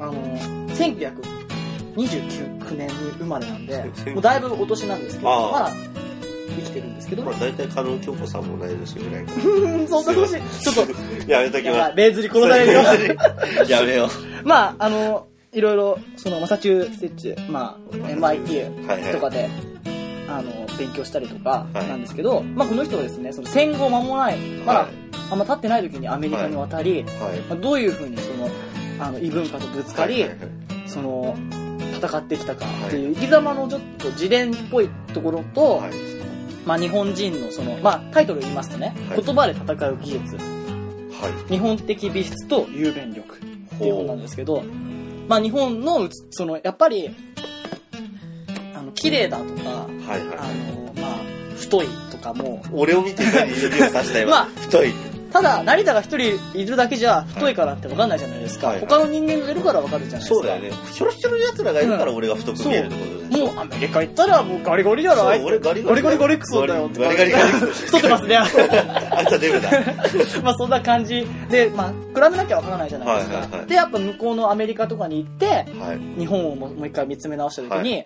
Speaker 2: あの、1929年に生まれなんで、もうだいぶお年なんですけど、
Speaker 1: ああ
Speaker 2: まだ生きてるんですけど、
Speaker 1: まあ、大体加納京子さんも同い年ぐらいかな
Speaker 2: うん そんな年、ちょっと、
Speaker 1: やめとき
Speaker 2: やば
Speaker 1: ま
Speaker 2: い、レーズに
Speaker 1: す。
Speaker 2: 殺されるよ。
Speaker 1: やめよ
Speaker 2: まあ、あの、いろいろ、その、マサチューセッツ、まあ、MIT
Speaker 1: う。はいはい。
Speaker 2: とかで、あの、勉強したりとか、
Speaker 1: はい
Speaker 2: なんですけど、まあ、この人はですね、その戦後間もない、まだ
Speaker 1: は、
Speaker 2: あんま経ってない時にアメリカに渡り、
Speaker 1: い。はい。
Speaker 2: まあ、どういうふうにその、あの、異文化とぶつかり、
Speaker 1: はいはい
Speaker 2: その、戦ってきたかっていう、生き様のちょっと自伝っぽいところと、
Speaker 1: はい
Speaker 2: まあ日本人のその、まあタイトル言いますとね、
Speaker 1: はい
Speaker 2: 言葉で戦う技術、
Speaker 1: はい。
Speaker 2: 日本的美術と雄弁力っていう本なんですけど、まあ日本の、その、やっぱり、あの、綺麗だとか、
Speaker 1: はい
Speaker 2: あ
Speaker 1: はい。
Speaker 2: の、まあ、太いとかも、
Speaker 1: 俺を見て何指をさしたよ。
Speaker 2: まあ
Speaker 1: 太い。
Speaker 2: ただ、成田が一人いるだけじゃ太いからって分かんないじゃないですか。
Speaker 1: はいはい
Speaker 2: 他の人間がいるから分かるじゃないですか。
Speaker 1: そうだよね。ひょろひょろの奴らがいるから俺が太く見えるってことでしょ
Speaker 2: もうアメリカ行ったらもうガリガリじゃない
Speaker 1: そう俺ガリガ
Speaker 2: ガ
Speaker 1: リ
Speaker 2: リガリガリクソだよって
Speaker 1: ガリガリガリクソ
Speaker 2: 太ってますね。
Speaker 1: あいつはデブだ。
Speaker 2: まあそんな感じで、まあ比べなきゃわからないじゃないですか。
Speaker 1: はいはいはい
Speaker 2: で、やっぱ向こうのアメリカとかに行って、
Speaker 1: はい。
Speaker 2: 日本をももう一回見つめ直した時に、
Speaker 1: は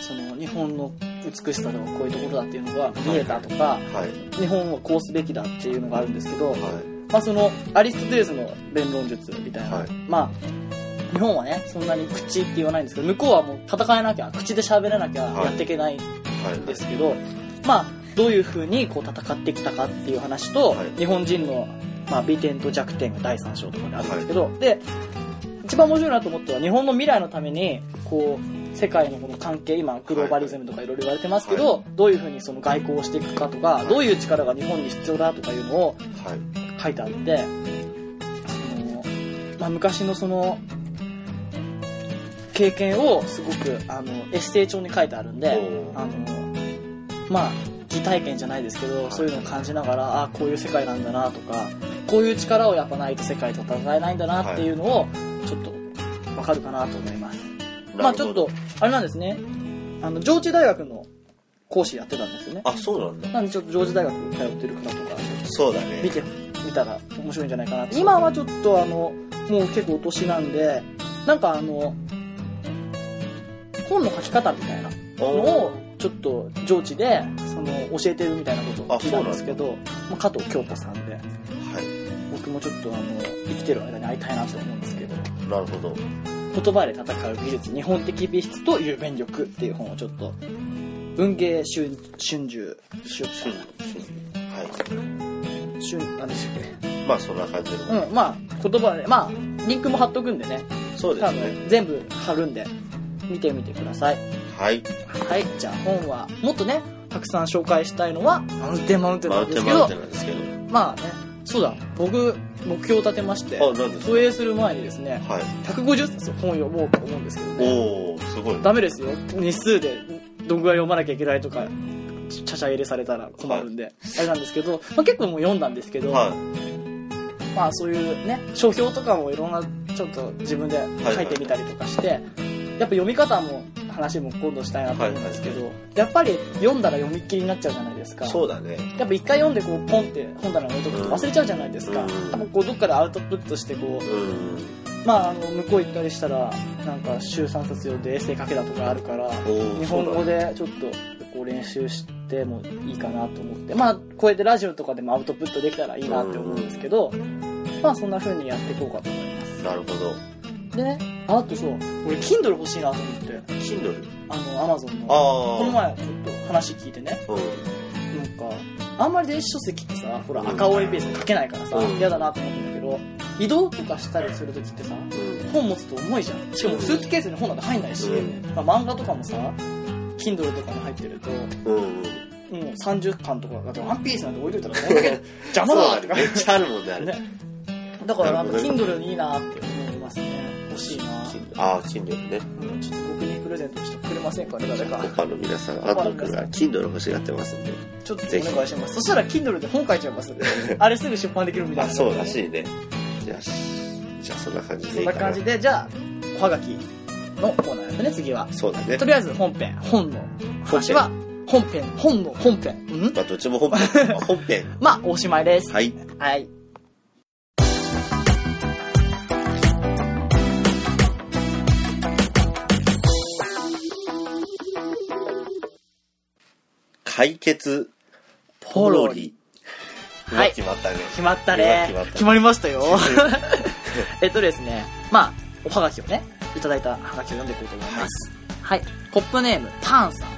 Speaker 2: その日本の美しさとかこういうところだっていうのが見えたとか、
Speaker 1: はい。
Speaker 2: 日本をこうすべきだっていうのがあるんですけど、
Speaker 1: は
Speaker 2: まあそのアリストテレスの弁論術みたいな、
Speaker 1: はい
Speaker 2: まあ日本はねそんなに口って言わないんですけど向こうはもう戦えなきゃ口で喋らなきゃ
Speaker 1: はい
Speaker 2: やっていけないん
Speaker 1: い。はい。
Speaker 2: ですけど、まあどういうふうにこう戦ってきたかっていう話と、
Speaker 1: はい
Speaker 2: 日本人の、まあ、美点と弱点が第3章とかであるんですけど、で一番面白いなと思ったのは日本の未来のためにこう世界のこの関係今グローバリズムとかいろいろ言われてますけど、どういうふうにその外交をしていくかとか、
Speaker 1: い
Speaker 2: どういう力が日本に必要だとかいうのを
Speaker 1: はい。
Speaker 2: 書いてあって、その、まあ、昔のその、経験をすごく、あの、エッセイ帳に書いてあるんで、
Speaker 1: おー
Speaker 2: あの、まあ、疑体験じゃないですけど、
Speaker 1: い
Speaker 2: そういうのを感じながら、あこういう世界なんだなとか、こういう力をやっぱないと世界と戦えないんだなっていうのを、ちょっと、わかるかなと思います。まあ、ちょっ。
Speaker 1: なる
Speaker 2: と、あれなんですね、あの、上智大学の講師やってたんですよね
Speaker 1: ほ。どあ、そうなんだ。
Speaker 2: なんでちょっと上智大学通ってる方とか、
Speaker 1: そうだ
Speaker 2: 見
Speaker 1: ね。
Speaker 2: てみたら面白いんじゃないかなって今はちょっとあのもう結構お年なんでなんかあの本の書き方みたいなの
Speaker 1: お
Speaker 2: を
Speaker 1: ー
Speaker 2: ちょっと上智でその教えてるみたいなことを聞いたんですけど、まあ、加藤京子さんで
Speaker 1: は
Speaker 2: 僕もちょっとあの生きてる間に会いたいなと思うんですけど
Speaker 1: い。なるほど。
Speaker 2: 言葉で戦う技術日本的美術と雄弁力っていう本をちょっと文芸春春秋春
Speaker 1: シュンシュンは
Speaker 2: 春何でしたっけ
Speaker 1: い。まあそんな感じで。
Speaker 2: うん、まあ、言葉で、まあ、リンクも貼っとくんでね、
Speaker 1: そうで
Speaker 2: 多
Speaker 1: すね。
Speaker 2: 分全部貼るんで、見てみてください。
Speaker 1: はい。
Speaker 2: はい、じゃあ本は、もっとね、たくさん紹介したいのは、マウンテンマウンテン
Speaker 1: マ
Speaker 2: な
Speaker 1: ウ
Speaker 2: ん
Speaker 1: ン
Speaker 2: で
Speaker 1: テ
Speaker 2: す
Speaker 1: ン
Speaker 2: け
Speaker 1: マウ
Speaker 2: ど
Speaker 1: ンテ、ンなんですけど。
Speaker 2: まあね、そうだ、僕、目標を立てまして、
Speaker 1: あ、なんです
Speaker 2: 投影する前にですね、
Speaker 1: はい。
Speaker 2: 150冊本読もうと思うんですけどね、
Speaker 1: おー、すごい。
Speaker 2: ダメですよ、日数でどんぐらい読まなきゃいけないとか、ちちゃちゃ入れされたら困るんで、あれなんですけど、まあ、結構もう読んだんですけど、
Speaker 1: は
Speaker 2: まあそういうね書評とかもいろんなちょっと自分で書いてみたりとかして、やっぱ読み方も話も今度したいなと思うんですけど、やっぱり読んだら読みっきりになっちゃうじゃないですか
Speaker 1: い。そうだね。
Speaker 2: やっぱ一回読んでこうポンって本棚に置いとくと忘れちゃうじゃないですか、
Speaker 1: うん
Speaker 2: やっぱこうどっかでアウトプットしてこ
Speaker 1: うん。
Speaker 2: うまああの向こう行ったりしたらなんか週3冊用でエッセイ書けたとかあるから
Speaker 1: お
Speaker 2: 日本語
Speaker 1: で。
Speaker 2: でちょっとこう練習してもいいかなと思ってまあこうやってラジオとかでもアウトプットできたらいいなって思うんですけど、まあそんな風にやっていこうかと思います
Speaker 1: なるほど。
Speaker 2: でねあとそう俺 Kindle 欲しいなと思って
Speaker 1: Kindle。
Speaker 2: あの Amazon
Speaker 1: あ
Speaker 2: の
Speaker 1: あ。
Speaker 2: この。前ちょっと話聞いてね
Speaker 1: う
Speaker 2: なんかあんまり電子書籍ってさほら赤多いページで書けないからさ
Speaker 1: うん
Speaker 2: 嫌だなと思ったんだけど移動とかしたりするときってさ
Speaker 1: ん。うん。
Speaker 2: 本持つと重いじゃんしかもスーツケースに本なんて入んないし、まあ、漫画とかもさ Kindle とかに入ってると
Speaker 1: うん。うん。
Speaker 2: もう30巻とか、だってワンピースなんて置いといたら こんだけ邪魔だなと
Speaker 1: そうね
Speaker 2: か。
Speaker 1: めっちゃあるもんね、あれ。
Speaker 2: ねだからなんか
Speaker 1: なるほ
Speaker 2: Kindle にいいなって思いますね。欲しいな。
Speaker 1: ああ、Kindle ね。
Speaker 2: うんちょっと僕にプレゼントしてくれませんかね、誰か
Speaker 1: コ。パの皆さん、アント君が Kindle 欲しがってますんで。
Speaker 2: ちょっとお
Speaker 1: ぜひ
Speaker 2: 願いします。そしたら Kindle で本書いちゃいますんで。あれすぐ出版できるみたい
Speaker 1: あ、
Speaker 2: な。
Speaker 1: そうらしいね。よし。じゃあ、そんな感じ
Speaker 2: そ
Speaker 1: でい
Speaker 2: ん
Speaker 1: い
Speaker 2: な
Speaker 1: か
Speaker 2: 感じで、じゃあ、おはがきのコーナーですね、次は。
Speaker 1: そうだね
Speaker 2: と。りあえず本編、本の話は、本編、本の本編。うん
Speaker 1: まあ、どっちも本編。 本編。
Speaker 2: まあ、おしまいです。
Speaker 1: はい。
Speaker 2: はい。
Speaker 1: 解決、
Speaker 2: ポ
Speaker 1: ポ
Speaker 2: ロ
Speaker 1: ロ
Speaker 2: リ
Speaker 1: リ。
Speaker 2: は
Speaker 1: わ
Speaker 2: いう
Speaker 1: 決まったね。
Speaker 2: 決まったね。
Speaker 1: 決まった
Speaker 2: 決まり ましたよ。えっとですね、まあ、おはがきをね、いただいたはがきを読んでいこうと思います。はい。ポップネーム、パンさん。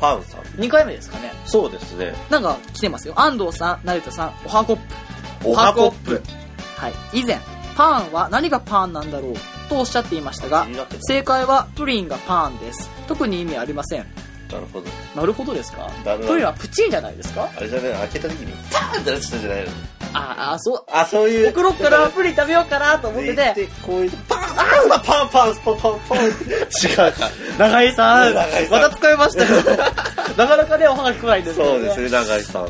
Speaker 1: パンさん。
Speaker 2: 2回目ですかね。
Speaker 1: そうですね。
Speaker 2: なんか来てますよ。安藤さん、成田さん、おはこっぷ。
Speaker 1: おはコップ。
Speaker 2: はい。以前、パンは何がパンなんだろうとおっしゃっていましたが
Speaker 1: 気、になってた
Speaker 2: 正解はプリンがパンです。特に意味ありません。
Speaker 1: なるほど。
Speaker 2: なるほどですか
Speaker 1: だん
Speaker 2: プリン
Speaker 1: だん、
Speaker 2: はプチンじゃないですか
Speaker 1: あれじゃない開けた時に、パーンってなっちゃったんじゃないの
Speaker 2: ああ、そう。
Speaker 1: あ、そういう。
Speaker 2: 僕ロッからプリン食べようかなと思ってて、
Speaker 1: で、こういう、パンパンパンパンパンパンパン違うか。
Speaker 2: 長井さん、
Speaker 1: 長井さ
Speaker 2: ま
Speaker 1: ん
Speaker 2: た使いました よ。なかなかね、おはがき来ないんですけど
Speaker 1: そう
Speaker 2: ね。
Speaker 1: ですね、長井さん。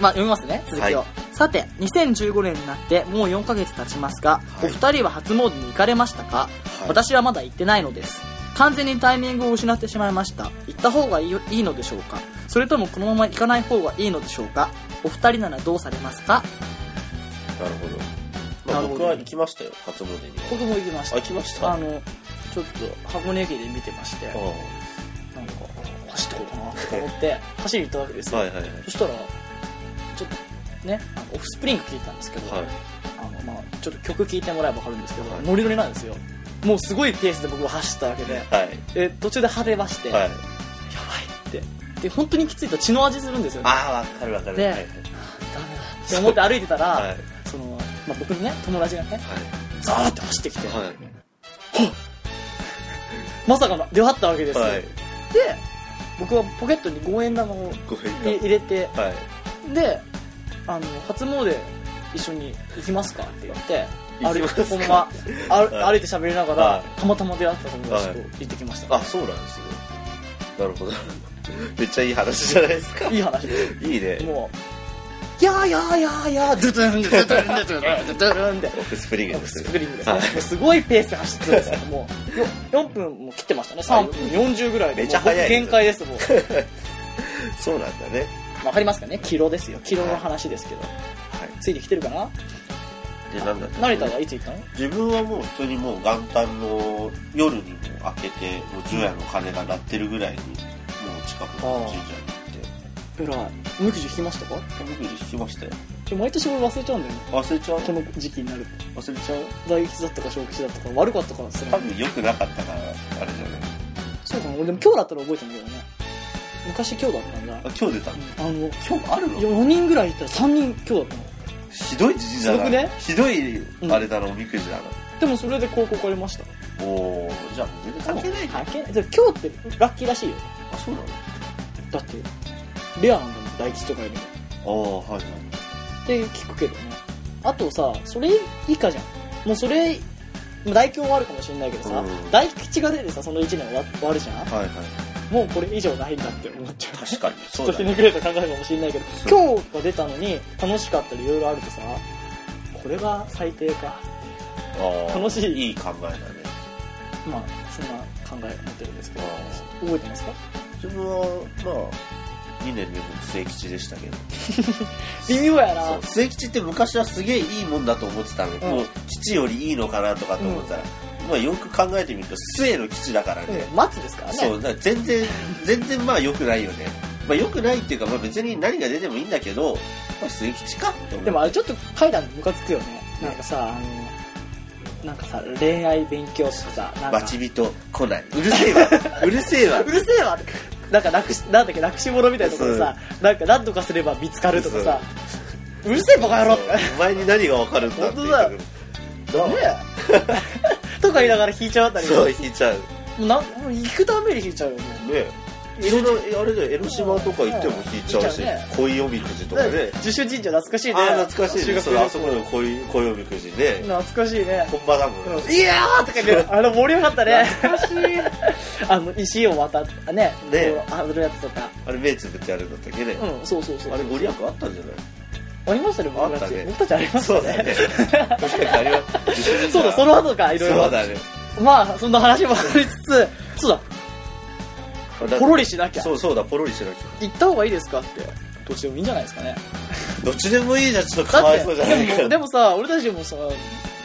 Speaker 2: まあ、読みますね、続きを。
Speaker 1: は
Speaker 2: さて、2015年になってもう4ヶ月経ちますが、
Speaker 1: い
Speaker 2: お二人は初詣に行かれましたか、
Speaker 1: はい
Speaker 2: 私はまだ行ってないのです。完全にタイミングを失ってしまいました。行った方がいいいいのでしょうかそれともこのまま行かない方がいいのでしょうかお二人ならどうされますか
Speaker 1: なるほど。ま
Speaker 2: な
Speaker 1: あ、
Speaker 2: るほど
Speaker 1: 僕は行きましたよ、初詣には。
Speaker 2: 僕も行きまし。
Speaker 1: あ、行きました
Speaker 2: あ
Speaker 1: た
Speaker 2: の、ちょっと箱根駅で見てまして、なんか、
Speaker 1: あ
Speaker 2: 走ってこうかなと思って、走りに行ったわけですよ。
Speaker 1: はいはいはい。
Speaker 2: そしたら、ちょっとね、あのオフスプリング聞いたんですけど、
Speaker 1: はい。
Speaker 2: あのまあ、ちょっと曲聞いてもらえば分かるんですけど、
Speaker 1: はい
Speaker 2: ノリノリなんですよ。もうすごいペースで僕は走ったわけで、
Speaker 1: はい。
Speaker 2: え途中で晴れまして、
Speaker 1: は
Speaker 2: や
Speaker 1: い。
Speaker 2: ばいって。で、本当にきついと血の味するんですよね。
Speaker 1: ああ、わかるわかる。
Speaker 2: で
Speaker 1: はいはい
Speaker 2: ダメだって思って歩いてたら、
Speaker 1: はい。
Speaker 2: その、まあ、僕のね、友達がね、
Speaker 1: は
Speaker 2: ザーって走ってきて、
Speaker 1: い。はい。
Speaker 2: まさかの出会ったわけですよ。
Speaker 1: はい。
Speaker 2: で、僕はポケットに5円玉を
Speaker 1: ごめ
Speaker 2: 入れ
Speaker 1: ん
Speaker 2: 入れて、
Speaker 1: なはい。
Speaker 2: で、あの、初詣一緒に行きますかって言って、
Speaker 1: 行
Speaker 2: 歩
Speaker 1: き
Speaker 2: い
Speaker 1: ま
Speaker 2: て、
Speaker 1: すか
Speaker 2: このまま歩
Speaker 1: は
Speaker 2: 歩いて喋りながら
Speaker 1: は、
Speaker 2: たまたま出会った友達と
Speaker 1: は
Speaker 2: 行ってきました。
Speaker 1: あ、そうなんですね。なるほど。めっちゃいい話じゃないですか。
Speaker 2: いい話です。
Speaker 1: いいね。
Speaker 2: もう、いやーやーやーやー、ドゥドゥン、ドゥドゥン、ドゥドゥン、ドゥドゥンって。
Speaker 1: オフスプリングです
Speaker 2: ス
Speaker 1: ね。
Speaker 2: プリングですね。もうすごいペースで走ってるんですよ。もう、よ4分も切ってましたね。3分40ぐらいで。
Speaker 1: めちゃ早い
Speaker 2: もう限界です、もう。
Speaker 1: そうなんだね。
Speaker 2: わかりますかねキロですよ。キロの話ですけど。
Speaker 1: はい。
Speaker 2: ついてきてるかな
Speaker 1: で、なんだった
Speaker 2: 成田はいつ行ったの
Speaker 1: 自分はもう普通にもう元旦の夜にもう開けて、もう昼夜の鐘が鳴ってるぐらいに、もう近くの神社に
Speaker 2: えらい。無口引きましたか
Speaker 1: 行って、僕に聞きましたよ。
Speaker 2: で毎年俺忘れちゃうんだよね。
Speaker 1: 忘れちゃう
Speaker 2: この時期になると。
Speaker 1: 忘れちゃう
Speaker 2: 大吉だったか小吉だったか悪かったからすら
Speaker 1: 多分良くなかったから、あれじゃない。
Speaker 2: そうかな俺でも今日だったら覚えてんだけどね昔今日だったんだ
Speaker 1: あ、今日出たの
Speaker 2: あの
Speaker 1: 今日あるの
Speaker 2: 4人ぐらいいたら3人今日だったの
Speaker 1: ひどい時事だ
Speaker 2: す
Speaker 1: な。
Speaker 2: ごくね
Speaker 1: ひどい、あれだな、おみくじだな。
Speaker 2: でもそれで広告ありました
Speaker 1: おー、じゃあ全然関係ないじゃん。
Speaker 2: 関係ないでも今日ってラッキーらしいよ
Speaker 1: あ、そうなの
Speaker 2: だってレアなんだもん大吉とかよりも
Speaker 1: ああ、はいはい。
Speaker 2: って聞くけどねあとさそれ以下じゃんもうそれまあ大凶はあるかもしれないけどさ、
Speaker 1: うん
Speaker 2: 大吉が出てさその1年終わ終わるじゃん
Speaker 1: はいはい。
Speaker 2: もうこれ以上ないんだって思っちゃう。
Speaker 1: 確かに。そ
Speaker 2: ちょ
Speaker 1: う
Speaker 2: っと
Speaker 1: だ
Speaker 2: ひ
Speaker 1: ね。
Speaker 2: ねくれた考えかもしれないけど、今日が出たのに楽しかったりいろいろあるとさ、これが最低か。
Speaker 1: あー
Speaker 2: 楽しい
Speaker 1: いい考えだね。
Speaker 2: まあ、そんな考えを持ってるんですけど
Speaker 1: あ、
Speaker 2: 覚えてますか
Speaker 1: 自分は、まあ、2年連続末吉でしたけど。
Speaker 2: 微妙や
Speaker 1: そう
Speaker 2: な。
Speaker 1: 末吉って昔はすげえいいもんだと思ってたのに、
Speaker 2: うん
Speaker 1: もう吉よりいいのかなとかと思ったら、まあよく考えてみると末の吉だからね、
Speaker 2: うん、松ですからね。
Speaker 1: そうだから全然全然まあ良くないよねまあ良くないっていうか、まあ、別に何が出てもいいんだけど、まあ、末吉かって思う
Speaker 2: でもあれちょっと階段ムカつくよね。なんかさ、あの、なんかさ、恋愛勉強とかさ、なんか
Speaker 1: 待。ち人来ないうるせ えわうるせえわ
Speaker 2: うるせえわってなんか楽し、なんだっけ、楽し者みたいなところでさ、なんか何とかすれば見つかるとかさ、うるせえバカ野郎とかね
Speaker 1: お前に何が分かるんだって言ってくる
Speaker 2: え とか言いながら引いちゃったりも
Speaker 1: そう引いちゃうね
Speaker 2: うなもう行くために引いちゃうよね。
Speaker 1: いろいろあれで江ノ島とか行っても引いちゃうし
Speaker 2: 引いちゃうね
Speaker 1: 恋おみくじとかね
Speaker 2: 自主神社懐かしいね。
Speaker 1: ああ懐かしい
Speaker 2: 修
Speaker 1: ね
Speaker 2: 学
Speaker 1: そ
Speaker 2: 旅
Speaker 1: れ
Speaker 2: 行
Speaker 1: あそこの恋恋おみくじね
Speaker 2: 懐かしいね。
Speaker 1: 本場だもんね
Speaker 2: うんいやーとか言って、あの盛り上がったね。 あの、石を渡って、ね、
Speaker 1: ね
Speaker 2: こうあるやつとか。
Speaker 1: あれ目つぶってやるんだったっけね
Speaker 2: うん、そうそうそう。
Speaker 1: あれご利益あったんじゃない
Speaker 2: ありましたね、僕
Speaker 1: あ
Speaker 2: た
Speaker 1: ったね
Speaker 2: ち。僕たちありまし
Speaker 1: そう
Speaker 2: た
Speaker 1: だ
Speaker 2: ね。
Speaker 1: ね。確かにあれは。
Speaker 2: そうだ、その後か、いろい
Speaker 1: そ
Speaker 2: ろ
Speaker 1: う。だね。
Speaker 2: まあ、そんな話もありつつ、そうだ、ポロリしなきゃ。
Speaker 1: そうそうだ、ポロリしなき
Speaker 2: 行った方がいいですかって。どっちでもいいんじゃないですかね。
Speaker 1: ゃ。どっちでもいいじゃん、ちょっとか
Speaker 2: だ
Speaker 1: わい
Speaker 2: っ
Speaker 1: そう
Speaker 2: て、
Speaker 1: じゃない
Speaker 2: で
Speaker 1: か
Speaker 2: もでもさ、俺たちもさ、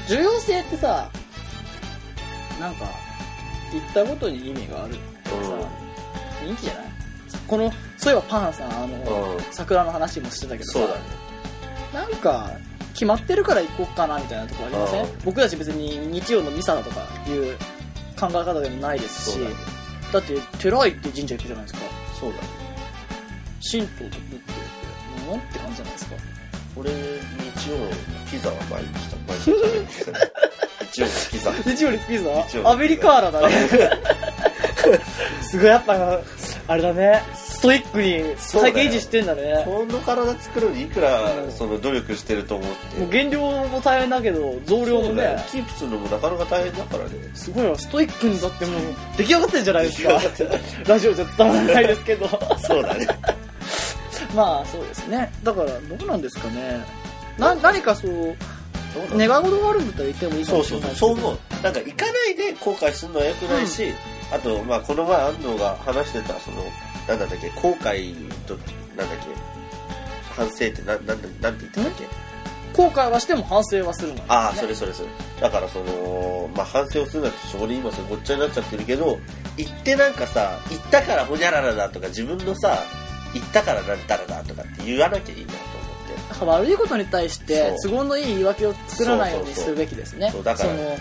Speaker 2: 需要性ってさ、なんか、行ったことに意味があるってさ、人気じゃないこの、そういえばパンさん、あの、
Speaker 1: うん。
Speaker 2: 桜の話もしてたけどさ、
Speaker 1: そうだね。
Speaker 2: なんか、決まってるから行こっかなみたいなとこありませ
Speaker 1: あ
Speaker 2: ん
Speaker 1: ー
Speaker 2: 僕たち別に日曜のミサだとかいう考え方でもないですし、
Speaker 1: そう
Speaker 2: だ
Speaker 1: だね。
Speaker 2: って寺行って神社行くじゃないですか。
Speaker 1: そうだね。
Speaker 2: 神道と仏教って、もんって感じじゃないですか。
Speaker 1: 俺、日曜、ピザは毎日 食べ毎日食べてきた。日曜、ピザ。
Speaker 2: 日曜にピ
Speaker 1: 日曜にピ
Speaker 2: ザ
Speaker 1: ザ
Speaker 2: アメリカー ラだね。すごいやっぱ、あれだね、ストイックに
Speaker 1: そうだ
Speaker 2: 最
Speaker 1: よ
Speaker 2: 近維持してんだね。
Speaker 1: この体作るのにいくら、その、努力してると思っ
Speaker 2: もう
Speaker 1: て。
Speaker 2: 減量も大変だけど、増量も
Speaker 1: そうだよ
Speaker 2: ね、
Speaker 1: キープするのもなかなか大変だからね。
Speaker 2: すごいわ、ストイックにだってもう出来上がってるじゃないで すか。ラジオじゃ伝わらないですけど。
Speaker 1: そうだね。
Speaker 2: まあそうですねだからどうなんですかねな何かそう
Speaker 1: どうなの
Speaker 2: 願い事があるんだったら言ってもいいか
Speaker 1: そ
Speaker 2: も
Speaker 1: う
Speaker 2: し
Speaker 1: そ
Speaker 2: れ
Speaker 1: う
Speaker 2: な
Speaker 1: そ
Speaker 2: い
Speaker 1: そう
Speaker 2: うですけど
Speaker 1: 思うなんか行かないで後悔するのは良くないし、あとまあこの前安藤が話してたそのなんだったっけ後悔となんだっけ反省ってなんなんなんて言ってたっけ
Speaker 2: 後悔はしても反省はするの、ね、
Speaker 1: ああそれそれそれだからそのまあ反省をするなってそこで今それごっちゃになっちゃってるけど行ってなんかさ行ったからほにゃららだとか自分のさ行ったからなんたらだとかって言わなきゃいいなと思って
Speaker 2: だから悪いことに対して
Speaker 1: そ
Speaker 2: 都合のいい言い訳を作らないように
Speaker 1: そうそうそう
Speaker 2: するべきですね
Speaker 1: そうだから
Speaker 2: の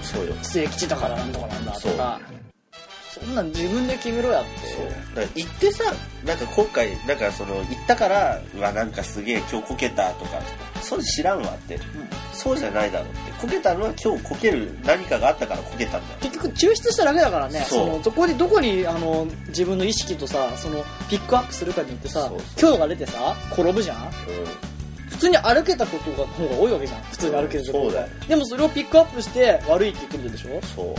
Speaker 1: そうよ
Speaker 2: 末吉だからなんとかなんだとかそんなん自分で決めろやって
Speaker 1: そうだから行ってさなんか今回なんかその行ったからうわなんかすげえ今日こけたとかそれ知らんわって
Speaker 2: うん
Speaker 1: そうじゃないだろうってこけたのは今日こける何かがあったからこけたんだよ
Speaker 2: 結局抽出しただけだからねそ
Speaker 1: そう
Speaker 2: のどこにどこにあの自分の意識とさそのピックアップするかによってさ
Speaker 1: そうそう
Speaker 2: 今日が出てさ転ぶじゃん普通に歩けたことが方が多いわけじゃん普通に歩けるとこ
Speaker 1: そうだよ
Speaker 2: でもそれをピックアップして悪いって言ってるでしょ
Speaker 1: そう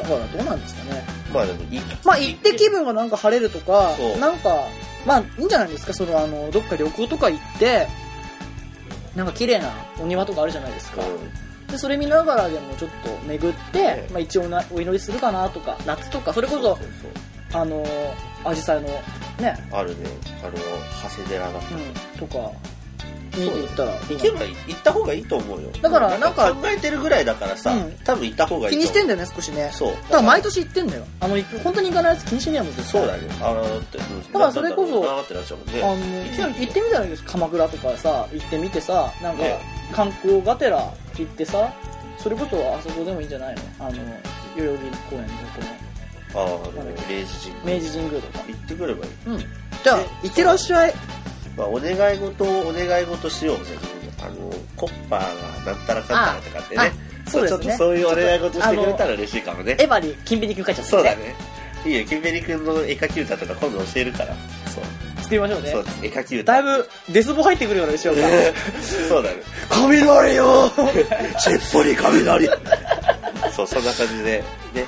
Speaker 2: だからどうなんですかね
Speaker 1: まあでもいい
Speaker 2: まあ行って気分がなんか晴れるとか
Speaker 1: そう
Speaker 2: なんかまあいいんじゃないですかそのあのどっか旅行とか行ってなんか綺麗なお庭とかあるじゃないですか、でそれ見ながらでもちょっと巡って、
Speaker 1: ええ
Speaker 2: まあ、一応なお祈りするかなとか夏とかそれこ
Speaker 1: そう
Speaker 2: そ
Speaker 1: そうそう
Speaker 2: あのアジサイのね
Speaker 1: あるねあの長谷寺だ
Speaker 2: うんとか見に行ったらいいんじゃ
Speaker 1: 行
Speaker 2: な
Speaker 1: け
Speaker 2: い
Speaker 1: ばいい行った方がいいと思うよ
Speaker 2: だからなんか
Speaker 1: 考えてるぐらいだからさ、
Speaker 2: うん
Speaker 1: 多分行った方がいいと思
Speaker 2: 気
Speaker 1: う
Speaker 2: にしてんだよね少しね
Speaker 1: そう
Speaker 2: だから毎年行ってんだよ。あの、行く本当に行かないやつ気にしねえもん、絶対
Speaker 1: そうだねあのってだ
Speaker 2: からそれこそ
Speaker 1: なーってなっちゃうもんね
Speaker 2: あの、
Speaker 1: 行けばいいと思う
Speaker 2: 行ってみたらいいです鎌倉とかさ、行ってみてさ、なんか
Speaker 1: ね、
Speaker 2: 観光がてら行ってさ、それこそあそこでもいいんじゃないのあの、代々木公園の
Speaker 1: ああ、明治神
Speaker 2: この、明治神宮とか。
Speaker 1: 行ってくればいい。
Speaker 2: うん。じゃあ
Speaker 1: え、
Speaker 2: 行ってらっしゃい。
Speaker 1: まあ、お願い事をお願い事しようぜ。あの、コッパーがなんたらかんたらとかって
Speaker 2: あ
Speaker 1: ね。
Speaker 2: そうです
Speaker 1: ちょっ
Speaker 2: ね
Speaker 1: と。そういうお願い事してくれ
Speaker 2: ちょ
Speaker 1: たら嬉しいかもね。
Speaker 2: エヴァに金瓶に書いちゃった、
Speaker 1: そうだ。ね。いいよ、キンベリ君の絵描き歌とか今度教えるから。そう。
Speaker 2: 作りましょうね
Speaker 1: そう。、絵描き歌。
Speaker 2: だいぶ、デスボ入ってくるようなでしょうか。
Speaker 1: そうだね。
Speaker 2: 雷よ
Speaker 1: しっぽり雷。 そう、そんな感じで。ね。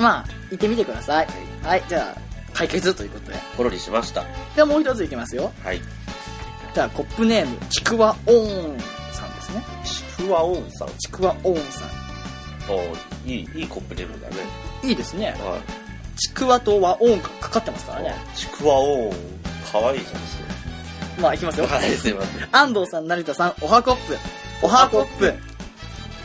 Speaker 2: まあ、行ってみてください。はい、じゃあ、解決ということで。
Speaker 1: ほろりしました。
Speaker 2: ではもう一ついきますよ。
Speaker 1: はい。
Speaker 2: じゃあ、コップネーム、ちくわオーンさんですね。
Speaker 1: ちくわおんさん。
Speaker 2: ちくわオーンさ
Speaker 1: おーいい、いいコップネームだね。
Speaker 2: ん。いいですね。
Speaker 1: は
Speaker 2: ちくわと和オーンがかかってますから
Speaker 1: い。
Speaker 2: ね。
Speaker 1: ちくわおん。かわいいじゃん、そ
Speaker 2: まあ、いきます
Speaker 1: れ
Speaker 2: よ。
Speaker 1: はい、すいません。
Speaker 2: 安藤さん、成田さん、おはコップ。おはコップ。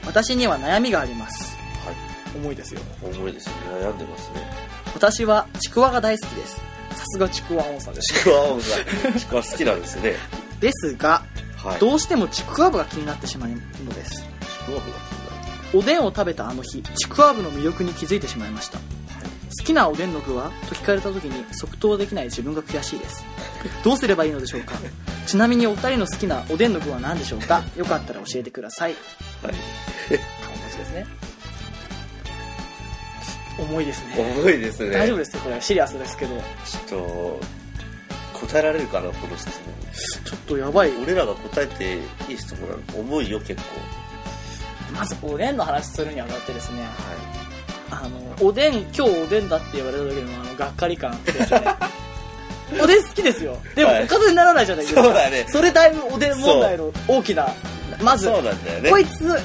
Speaker 2: 私には悩みがあります。
Speaker 1: はい。
Speaker 2: 重いですよ。
Speaker 1: 重いですね。悩んでますね。
Speaker 2: 私はちくわが大好きです。さすがちくわオンさんです。
Speaker 1: ちくわおんさん。ちくわ好きなんですね。
Speaker 2: ですが、
Speaker 1: はい。
Speaker 2: どうしてもちくわぶが気になってしまうのです。
Speaker 1: ちくわぶが気になる
Speaker 2: おでんを食べたあの日、ちくわぶの魅力に気づいてしまいました。好きなおでんの具はと聞かれた時に即答できない自分が悔しい です。どうすればいいのでしょうかちなみにお二人の好きなおでんの具は何でしょうかよかったら教えてください。
Speaker 1: はい。
Speaker 2: 感じですね。重いですね。
Speaker 1: 重いですね。
Speaker 2: 大丈夫ですよ、これ。シリアスですけど。
Speaker 1: ちょっと、答えられるかな、この質
Speaker 2: ちょっとやばい。
Speaker 1: 問。俺らが答えていい質問なの重いよ、結構。
Speaker 2: まず、おでんの話するにあたってですね、
Speaker 1: は
Speaker 2: あの、おでん、今日おでんだって言われた時の、あの、がっかり感ですね。おでん好きですよ。でも
Speaker 1: は、い
Speaker 2: おかずにならないじゃないですか。
Speaker 1: そうだね
Speaker 2: それだいぶおでん問題の大きな、まず、
Speaker 1: そうなんだよね。
Speaker 2: こいつ、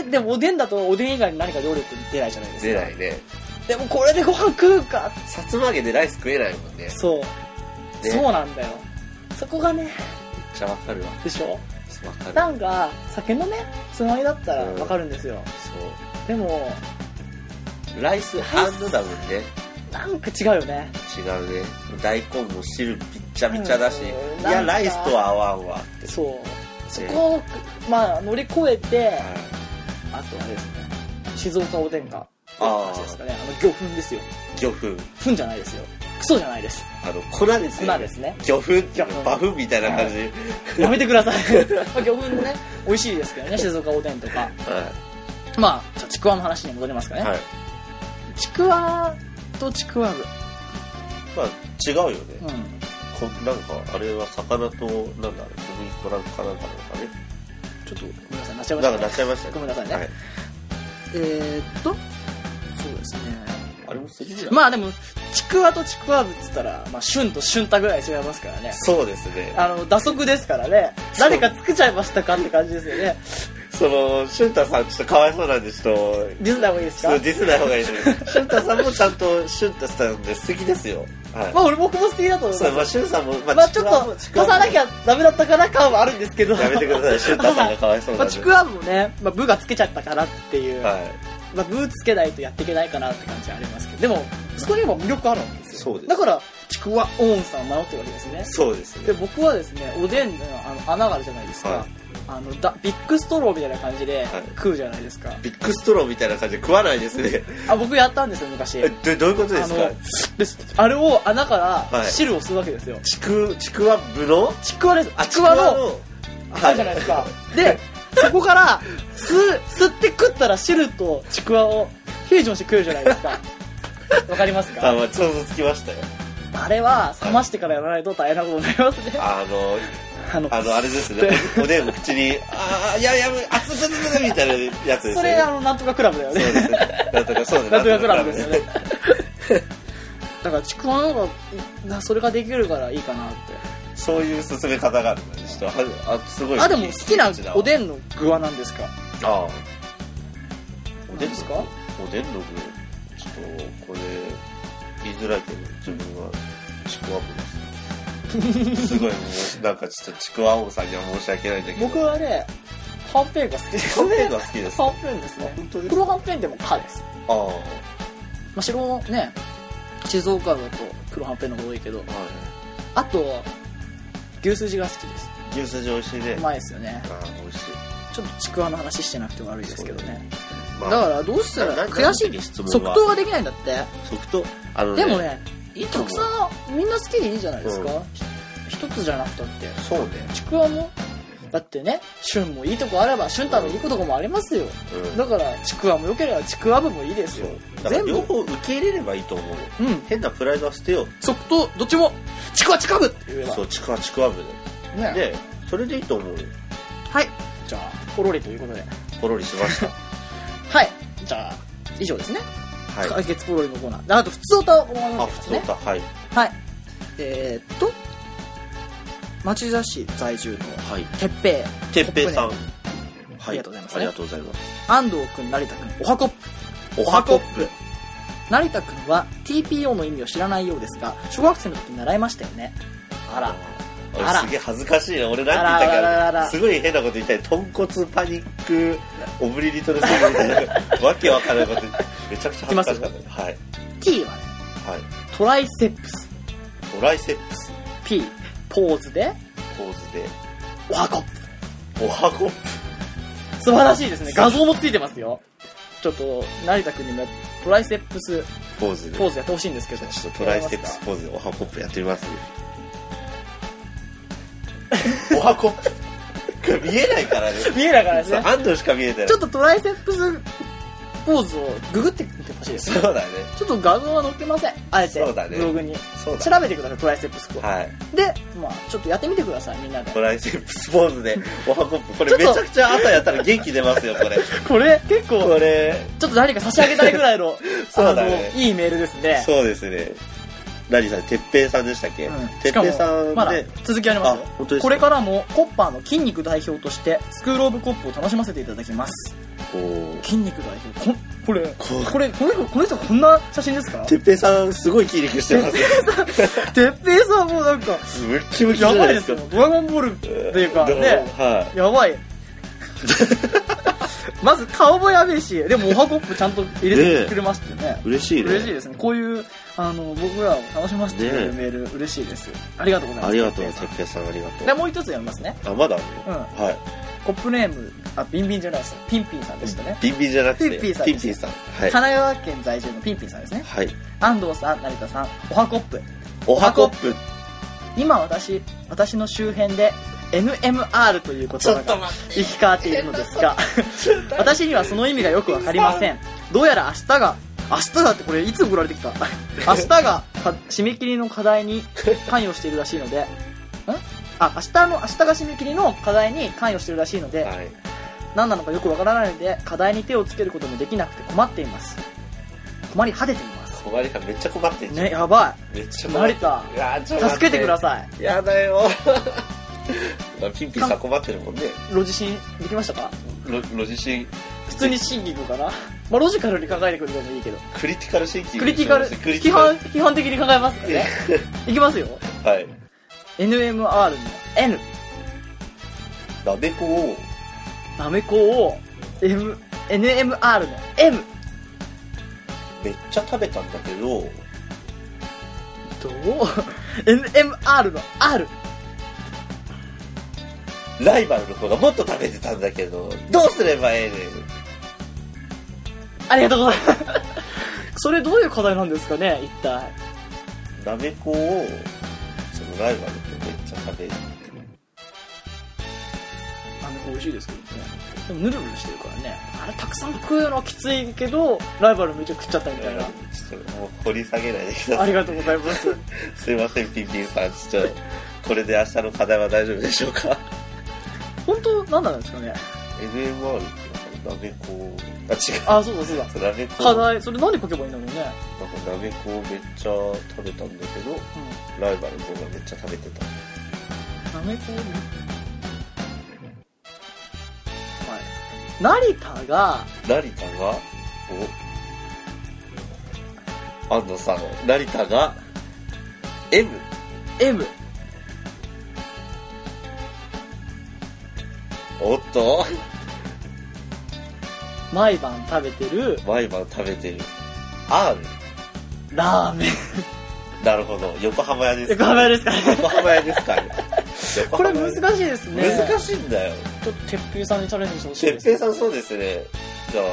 Speaker 2: え、でもおでんだとおでん以外に何か料理って出ないじゃないですか。
Speaker 1: 出ないね。
Speaker 2: でもこれでご飯食うかって
Speaker 1: さつま揚げでライス食えないもんね。
Speaker 2: そう、
Speaker 1: ね
Speaker 2: そうなんだよ。そこがね、
Speaker 1: めっちゃわかるわ。
Speaker 2: でしょ
Speaker 1: わかる。
Speaker 2: なんか、酒のね、つまみだったらわかるんですよ。
Speaker 1: そ
Speaker 2: でも、
Speaker 1: う。ライスアンドだもんね。
Speaker 2: なんか違うよね。
Speaker 1: 違うね。大根も汁びっちゃびちゃだし。
Speaker 2: うん
Speaker 1: い
Speaker 2: な
Speaker 1: や、
Speaker 2: んか
Speaker 1: ライスとは合わんわ。
Speaker 2: そう。そこを、まあ、乗り越えて、
Speaker 1: はい
Speaker 2: あとあれですね、静岡おでんか。
Speaker 1: あ
Speaker 2: 話
Speaker 1: ー
Speaker 2: ですかね。あの、魚粉ですよ。
Speaker 1: 魚粉。
Speaker 2: 粉じゃないですよ。クソじゃないです。
Speaker 1: あの、粉ですね。
Speaker 2: 粉ですね。
Speaker 1: 魚粉っていう
Speaker 2: 魚
Speaker 1: の
Speaker 2: 粉
Speaker 1: バフみたいな感じ。
Speaker 2: やめてくださ い。まあ、魚粉ね、美味しいですけどね、静岡おでんとか。
Speaker 1: は
Speaker 2: まあ、じゃあちくわの話に戻りますか
Speaker 1: い。
Speaker 2: ね。
Speaker 1: はい。
Speaker 2: ちくわとちくわぶ。
Speaker 1: まあ、違うよね。
Speaker 2: うん。
Speaker 1: こなんか、あれは魚と、なんだ、あれ小麦粉なんかなんかなんかね。
Speaker 2: ちょっと、ごめんなさい、なっちゃいまし
Speaker 1: な
Speaker 2: た
Speaker 1: ん
Speaker 2: ね
Speaker 1: かなっちゃいましたね。
Speaker 2: ごめんなさいね
Speaker 1: はい。
Speaker 2: えー、っと、そうですね。
Speaker 1: あれもするじゃん。
Speaker 2: まあでも、ちくわとちくわぶっつったら、まあ、旬と旬太ぐらい違いますからね。
Speaker 1: そうですね。
Speaker 2: あの、打足ですからね。
Speaker 1: そう
Speaker 2: 誰か作っちゃいましたかって感じですよね。
Speaker 1: その、俊太さん、ちょっとかわいそうなんで、ちょっと、
Speaker 2: ディズナーもいいです
Speaker 1: ちょっ
Speaker 2: か
Speaker 1: とディスない方がいいですね。俊太さんもちゃんと俊太さんで素敵ですよ。はい。
Speaker 2: まあ、俺僕も好きだと思い
Speaker 1: そう、ま
Speaker 2: ま
Speaker 1: あ、俊さんも、まあ
Speaker 2: す。まあ、ちょっと、
Speaker 1: ちくわ
Speaker 2: 足
Speaker 1: も
Speaker 2: さなきゃダメだったかな感はあるんですけど。
Speaker 1: やめてください、俊太さんがかわいそう
Speaker 2: ま
Speaker 1: なん
Speaker 2: あ、
Speaker 1: で。
Speaker 2: ちくわぶもね、まあ、ブがつけちゃったからっていう、
Speaker 1: はい。
Speaker 2: まあ、ブつけないとやっていけないかなって感じはありますけど、でも、そこにも魅力あるわけですよ。
Speaker 1: そうです
Speaker 2: だから、ちくわオーンさんを迷ってるわけですね。
Speaker 1: そうです
Speaker 2: で
Speaker 1: ね。
Speaker 2: 僕はですねおでんのあの穴があるじゃないですか、
Speaker 1: はい
Speaker 2: あのだビッグストローみたいな感じで
Speaker 1: はい
Speaker 2: 食うじゃないですか、
Speaker 1: ビッグストローみたいな感じで食わないですね。
Speaker 2: あ僕やったんですよ昔
Speaker 1: え、どどういうことです
Speaker 2: あ
Speaker 1: か
Speaker 2: のですあれを穴か
Speaker 1: は
Speaker 2: ら
Speaker 1: い
Speaker 2: 汁を吸うわけですよ、
Speaker 1: ちく、ちくわぶの
Speaker 2: ちくわです
Speaker 1: あ
Speaker 2: ちくわの
Speaker 1: の
Speaker 2: あるじゃないですか、でそこから吸吸って食ったら汁とちくわをフュージョンして食えるじゃないです かわかります
Speaker 1: あ、
Speaker 2: か
Speaker 1: まあ、想像つきましたよ。
Speaker 2: あれは冷ましてからやらないと大変なことになりますね
Speaker 1: あの、
Speaker 2: あの
Speaker 1: あの、あれ ですね。おおでんの口に、あー、やべやべ、熱く熱くみたいなやつですね。
Speaker 2: それあの なんとかクラブだよ
Speaker 1: そう
Speaker 2: ね
Speaker 1: ですね。なんとか、そうです
Speaker 2: なんとかクラブですよ ね。だからちくわの方がなそれができるからいいかなって
Speaker 1: そういう進め方があるんだね。ちょっとは、あ、すごい。
Speaker 2: あでも好きなお
Speaker 1: ん。
Speaker 2: でんの具は何ですか
Speaker 1: ああ。
Speaker 2: おでんですか
Speaker 1: おでんの具、ちょっと、これ、言いづらいけど、自分は、ちくわぶです。すごい、もう、なんかちょっと、ちくわ王さんには申し訳ないんだけど。
Speaker 2: 僕はねはんぺんが好きです
Speaker 1: はんぺん
Speaker 2: ね
Speaker 1: が好きです。
Speaker 2: はんぺんですね
Speaker 1: 本当ですか
Speaker 2: 黒はんぺんでもかです、ま
Speaker 1: ああ。は
Speaker 2: あ、白もね静岡だと黒はんぺんの方が多いけどあと牛すじが好きです
Speaker 1: い。牛すじ美味しいね
Speaker 2: う。まいですよね
Speaker 1: ああ、美味しい。
Speaker 2: ちょっとちくわの話してなくて悪いですけどね
Speaker 1: ま
Speaker 2: だ
Speaker 1: あ
Speaker 2: からどうしたら
Speaker 1: な
Speaker 2: 悔し
Speaker 1: 何の時
Speaker 2: い
Speaker 1: に質問は
Speaker 2: 即答ができないんだって
Speaker 1: 即答あの
Speaker 2: でもね
Speaker 1: いいと
Speaker 2: た
Speaker 1: 思う
Speaker 2: くさんみんな好きでいいじゃないですか、
Speaker 1: う
Speaker 2: ひ一つじゃなくたって
Speaker 1: そうね
Speaker 2: ちくわもだってね旬もいいとこあれば旬太のいいとこもありますよ
Speaker 1: うん
Speaker 2: だからちくわも良ければちくわ部もいいです
Speaker 1: そ
Speaker 2: よ
Speaker 1: うだから
Speaker 2: 全
Speaker 1: 両
Speaker 2: 部
Speaker 1: 方受け入れればいいと思うよ
Speaker 2: うん
Speaker 1: 変なプライドは捨てよう
Speaker 2: 即答どっちもちくわちくわ部って言えば
Speaker 1: そうちくわちくわぶ
Speaker 2: ね
Speaker 1: ででそれでいいと思うよ
Speaker 2: はいじゃあほろりということで
Speaker 1: ポロリしま した
Speaker 2: はいじゃあ以上ですね、
Speaker 1: はい
Speaker 2: 解決ポロリのコーナーであと普通歌をお願いし
Speaker 1: あ
Speaker 2: ま
Speaker 1: 普
Speaker 2: す
Speaker 1: 通
Speaker 2: ね
Speaker 1: かはい
Speaker 2: はい。えーっと、町田市在住の
Speaker 1: はい。
Speaker 2: 鉄平、
Speaker 1: てっぺいさん。はい。
Speaker 2: ありがとうございます
Speaker 1: ありがとうございます。
Speaker 2: 安藤くん、成田くん、おはこっぷ。
Speaker 1: おはこっぷ。
Speaker 2: 成田くんは TPO の意味を知らないようですが、小学生の時に習いましたよね。あら、あ
Speaker 1: 俺
Speaker 2: ら
Speaker 1: すげえ恥ずかしいな。俺なんて言った
Speaker 2: あらあら
Speaker 1: か
Speaker 2: あらあら
Speaker 1: すごい変なこと言いたい。豚骨パニック、オブリリトルスみたい な、わけわからないこと。めちゃくちゃ恥ずかしかったね。はい。
Speaker 2: T はね、
Speaker 1: はい。
Speaker 2: トライセップス。
Speaker 1: トライセップス
Speaker 2: P、ポーズで、
Speaker 1: ポーズで、
Speaker 2: おはこっぷ。
Speaker 1: おはこっ
Speaker 2: 素晴らしいですね。画像もついてますよ。ちょっと、成田くんにもやっトライセップス
Speaker 1: ぷポーズで。
Speaker 2: ポーズやってほしいんですけど。
Speaker 1: ちょっとトライステップスポーズでおはコップやってみ ます、おはコップ見えないからね。
Speaker 2: 見えないからですね。
Speaker 1: 安藤しか見えてない。
Speaker 2: ちょっとトライセップスポーズをググってみてほしいです。
Speaker 1: そうだね。
Speaker 2: ちょっと画像は載ってません。あえて、
Speaker 1: そうだね
Speaker 2: ブログに。
Speaker 1: そうだ
Speaker 2: 調べてください、トライセップスポーズ。
Speaker 1: はい。
Speaker 2: で、まあちょっとやってみてください、みんなで。
Speaker 1: トライセップスポーズで、おはコップ。こ
Speaker 2: ちょ
Speaker 1: れ
Speaker 2: っ
Speaker 1: め
Speaker 2: と
Speaker 1: ちゃくちゃ朝やったら元気出ますよ、これ。
Speaker 2: これ、結構、
Speaker 1: これ、
Speaker 2: ちょっと誰か差し上げたいぐらいの、
Speaker 1: そうだね
Speaker 2: あの、いいメールですね。
Speaker 1: そうですね。何さん、てっぺいさんでしたっけ
Speaker 2: うん
Speaker 1: てっぺいさん
Speaker 2: まだ
Speaker 1: で、
Speaker 2: 続きありますよ。
Speaker 1: 本当です
Speaker 2: これからもコッパーの筋肉代表としてスクールオブコップを楽しませていただきます。
Speaker 1: おー
Speaker 2: 筋肉代表こんこれ、
Speaker 1: こ
Speaker 2: これ、この人、この人こんな写真ですか
Speaker 1: てっぺいさん、すごい筋肉してますよ。
Speaker 2: てっぺいさんもなんか、
Speaker 1: ムッキムキじゃ
Speaker 2: や
Speaker 1: ない
Speaker 2: ば
Speaker 1: で
Speaker 2: いですす
Speaker 1: か
Speaker 2: よ。。ドラゴンボールっていうか、
Speaker 1: どう
Speaker 2: ね、
Speaker 1: はい。
Speaker 2: や ばい。まず顔もやべえし、でもおはコップちゃんと入れてくれましてね。
Speaker 1: 嬉しいね。
Speaker 2: 嬉しいですね。こういう、あの、僕らを楽しませてくれるメール、嬉しいです。ありがとうございます。
Speaker 1: ありがとう、
Speaker 2: 哲
Speaker 1: て
Speaker 2: 平
Speaker 1: っぺいさんありが
Speaker 2: さん
Speaker 1: と
Speaker 2: で、
Speaker 1: う。
Speaker 2: もう一つ読みますね。
Speaker 1: あ、まだある
Speaker 2: うん。
Speaker 1: のはい。
Speaker 2: コップネーム、あ、ビンビンじゃないです。ピンピンさんでしたね。
Speaker 1: ビンビンじゃなくて、
Speaker 2: ピンピンさん
Speaker 1: ピンピンさん。はい
Speaker 2: 神。奈川県在住のピンピンさんですね。
Speaker 1: はい。
Speaker 2: 安藤さん、成田さん、おはコップ。
Speaker 1: おはコップ。
Speaker 2: 今私、私の周辺で NMR という言葉が
Speaker 1: 待っ
Speaker 2: 生き交っているので すが、私にはその意味がよくわかりません。どうやら明日が、明日がってこれいつ送られて きた明日がか締め切りの課題に関与しているらしいので、んあ、明日の、明日が締め切りの課題に関与しているらしいので、
Speaker 1: はい。
Speaker 2: 何なのかよくわからないので、課題に手をつけることもできなくて困っています。困り果てています。
Speaker 1: 困りか、めっちゃ困ってんじゃん。
Speaker 2: ね、やば
Speaker 1: めっちゃ
Speaker 2: い。
Speaker 1: 困
Speaker 2: 成
Speaker 1: る。
Speaker 2: 田、
Speaker 1: いやーちょっと
Speaker 2: 助けてくだ
Speaker 1: さ
Speaker 2: さい。
Speaker 1: い。やだよ。 まあピンピンさん困ってるもんね。
Speaker 2: ロジシンできましたか
Speaker 1: ロロジシン、
Speaker 2: 普通にシンキングかなまあロジカルに考えてくれてもいいけど。
Speaker 1: クリティカルシンキング。
Speaker 2: クリティカル、
Speaker 1: クリテ
Speaker 2: 基
Speaker 1: ィカ
Speaker 2: 本
Speaker 1: ル。、
Speaker 2: 基本的に考えますからね。いきますよ。
Speaker 1: はい。
Speaker 2: NMR の N、
Speaker 1: なめこを、
Speaker 2: なめこを、M、NMR の M。
Speaker 1: めっちゃ食べたんだけど、
Speaker 2: どう ?NMR の R。
Speaker 1: ライバルの子がもっと食べてたんだけど、どうすればええねん。
Speaker 2: ありがとうござい ます。それどういう課題なんですかね一体。
Speaker 1: なめこを、そのライバルの子めっちゃ食べて
Speaker 2: なめこ美味しいですけどね。でもヌルヌルしてるからね。あれたくさん食うのはきついけど、ライバルめっちゃ食っちゃったみた いな。
Speaker 1: ちょっともう掘り下げないでくだ
Speaker 2: あ
Speaker 1: さい
Speaker 2: り。がとうございます。
Speaker 1: すいません、ピンピンさん。ちょっと、これで明日の課題は大丈夫でしょうか
Speaker 2: 本当なんなんですかね
Speaker 1: ?NMR ってなんか、なめこあ、違う。
Speaker 2: あ、そうだそうだ。
Speaker 1: そうなめこ
Speaker 2: 課
Speaker 1: なんか
Speaker 2: 題、それ何書けばいいんだろうね。
Speaker 1: なめこをめっちゃ食べたんだけど、
Speaker 2: う
Speaker 1: ライバルの方がめっちゃ食べてた。
Speaker 2: ん。なめこはい。成田が、
Speaker 1: 成田が、お、安藤さん、成田が、M。
Speaker 2: M。
Speaker 1: おっと、
Speaker 2: 毎晩食べてる
Speaker 1: 毎晩食べてる。R。
Speaker 2: ラーメン。
Speaker 1: なるほど。横浜屋です
Speaker 2: 横浜屋ですかね
Speaker 1: 横浜屋ですかね。横
Speaker 2: こ
Speaker 1: 浜
Speaker 2: れ
Speaker 1: 屋
Speaker 2: 難しいですね。
Speaker 1: 難
Speaker 2: しい。
Speaker 1: しいんだよ。
Speaker 2: ちょっと、鉄平さんにチャレンジしてほしい
Speaker 1: て
Speaker 2: で
Speaker 1: っ
Speaker 2: す。
Speaker 1: ぺいさんそうですね。じゃあ、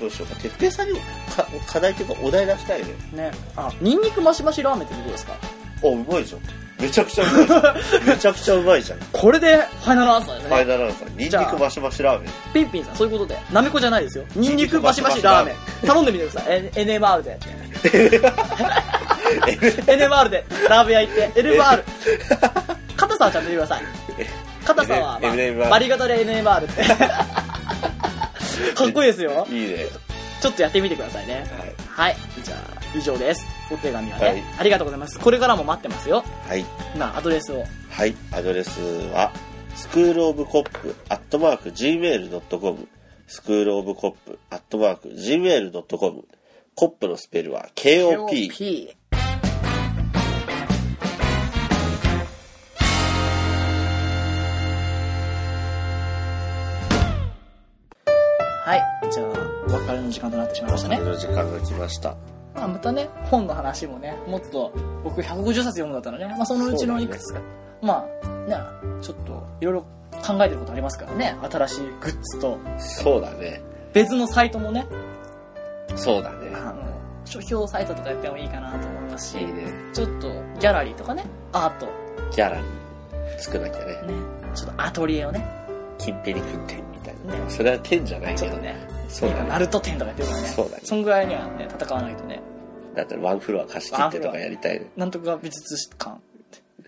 Speaker 1: どうしようか。てっぺいさんにもか課題というかお題出したいね。
Speaker 2: ね。あ、ニンニクマシマシラーメンってどうですか
Speaker 1: あ、うまいじゃん。めちゃくちゃうまいじ ゃん。めちゃくちゃうまいじゃん。フ
Speaker 2: これで、ファイナルアンサーですね。
Speaker 1: ァイナルアンサー。ニンニ
Speaker 2: じゃあ
Speaker 1: クマシマシラーメン。
Speaker 2: ピンピンさん、そういうことで。なめこじゃないですよ。ニンニクマシマシラーメン。頼んでみてください。N- NMR で。NMR で、ラーメン屋行って。NMR。硬さはちゃんと言ってください。硬さは、ま
Speaker 1: NMR
Speaker 2: あ、バリ型で NMR って。かっこいいですよ。
Speaker 1: いいね。
Speaker 2: ちょっとやってみてくださいね。
Speaker 1: はい。
Speaker 2: はい。じゃあ、以上です。お手紙はね、
Speaker 1: はい
Speaker 2: ありがとうございます。これからも待ってますよ。
Speaker 1: はい。
Speaker 2: な、アドレスを。
Speaker 1: はい。アドレスは、スクールオブコップアットマーク Gmail.com。スクールオブコップアットマーク Gmail.com。コップのスペルは KOP。
Speaker 2: P。はい。じゃあ、お別れの時間となってしまいましたね。
Speaker 1: の時間が来ました。
Speaker 2: まあ、またね、本の話もね、もっと、僕150冊読むんだったらね、まあ、そのうちのいくつか、まあ、ね、ちょっと、いろいろ考えてることありますからね、新しいグッズと、
Speaker 1: そうだね。
Speaker 2: 別のサイトもね、
Speaker 1: そうだね
Speaker 2: あの、書評サイトとかやってもいいかなと思いますし、
Speaker 1: いいね。
Speaker 2: ちょっと、ギャラリーとかね、アート、
Speaker 1: ギャラリー作らなきゃね。
Speaker 2: ね、ちょっとアトリエをね、
Speaker 1: 金ペリ君店みたいな。
Speaker 2: ね
Speaker 1: それは店じゃない
Speaker 2: ち
Speaker 1: け
Speaker 2: ょっ
Speaker 1: ど
Speaker 2: と。ね、
Speaker 1: そう
Speaker 2: 今、ナ
Speaker 1: だね。
Speaker 2: ルト展とかやってるからね、
Speaker 1: そうだね
Speaker 2: そんぐらいにはね、戦わないとね、
Speaker 1: だったらワンフロア貸し切ってとかやりたいね。
Speaker 2: なんとか美術館、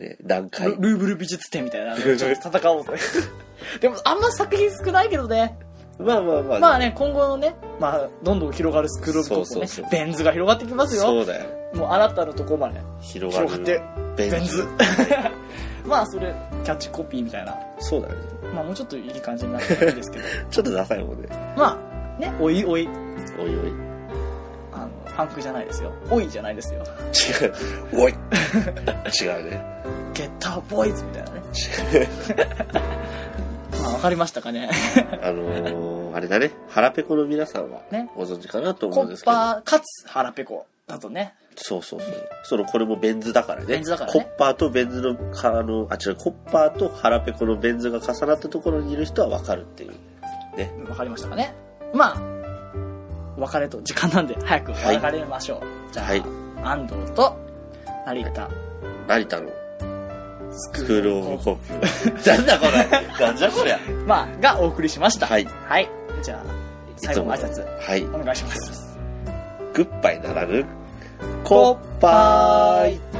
Speaker 1: ね段階。
Speaker 2: ルルーブル美術展みたいなのをちょっと戦おうぜ。 でも、あんま作品少ないけどね、
Speaker 1: まあまあまあ、
Speaker 2: まあね、今後のね、まあ、どんどん広がるスクロールとね
Speaker 1: そうそうそう
Speaker 2: ベン図が広がってきますよ。
Speaker 1: そうだよ。
Speaker 2: もうあなたのとこまで
Speaker 1: 広がる。
Speaker 2: 広がって、
Speaker 1: ベ
Speaker 2: ベン図。 まあ、それ、キャッチコピーみたいな。
Speaker 1: そうだね。
Speaker 2: まあ、もうちょっといい感じになってもいいです けど。
Speaker 1: ちょっとダサいもんね。
Speaker 2: まあ、ね、おいおい、
Speaker 1: おいおい。
Speaker 2: あの、パンクじゃないですよ。おいじゃないですよ。
Speaker 1: 違う。おい 違うね。
Speaker 2: ゲッターボーイズみたい なね。
Speaker 1: 違う。
Speaker 2: まあ、わかりましたかね。
Speaker 1: あのー、あれだね。腹ペコの皆さんは
Speaker 2: ね、
Speaker 1: ご存知かなと思
Speaker 2: コ
Speaker 1: うんで
Speaker 2: ッ
Speaker 1: すけど。
Speaker 2: パーかつ腹ペコだとね。
Speaker 1: そうそうそう。その、これもベン図だからね。
Speaker 2: ベン図だからね
Speaker 1: コッパーとベン図の、かあの、あ、違う、コッパーと腹ペコのベン図が重なったところにいる人はわかるっていう。
Speaker 2: わかりましたかね。まあ、お別れと時間なんで早く
Speaker 1: はい
Speaker 2: 別れましょう。じゃあ、
Speaker 1: はい
Speaker 2: 安藤と成田、
Speaker 1: 成田の
Speaker 2: ス
Speaker 1: スクールオブコッ プ。なんだこれなんじゃこりゃ。
Speaker 2: まあ、がお送りしました。
Speaker 1: はい。
Speaker 2: はい。じゃあ、最後の挨拶
Speaker 1: はい。
Speaker 2: お願いします。
Speaker 1: グッバイならぬ、コッパーイ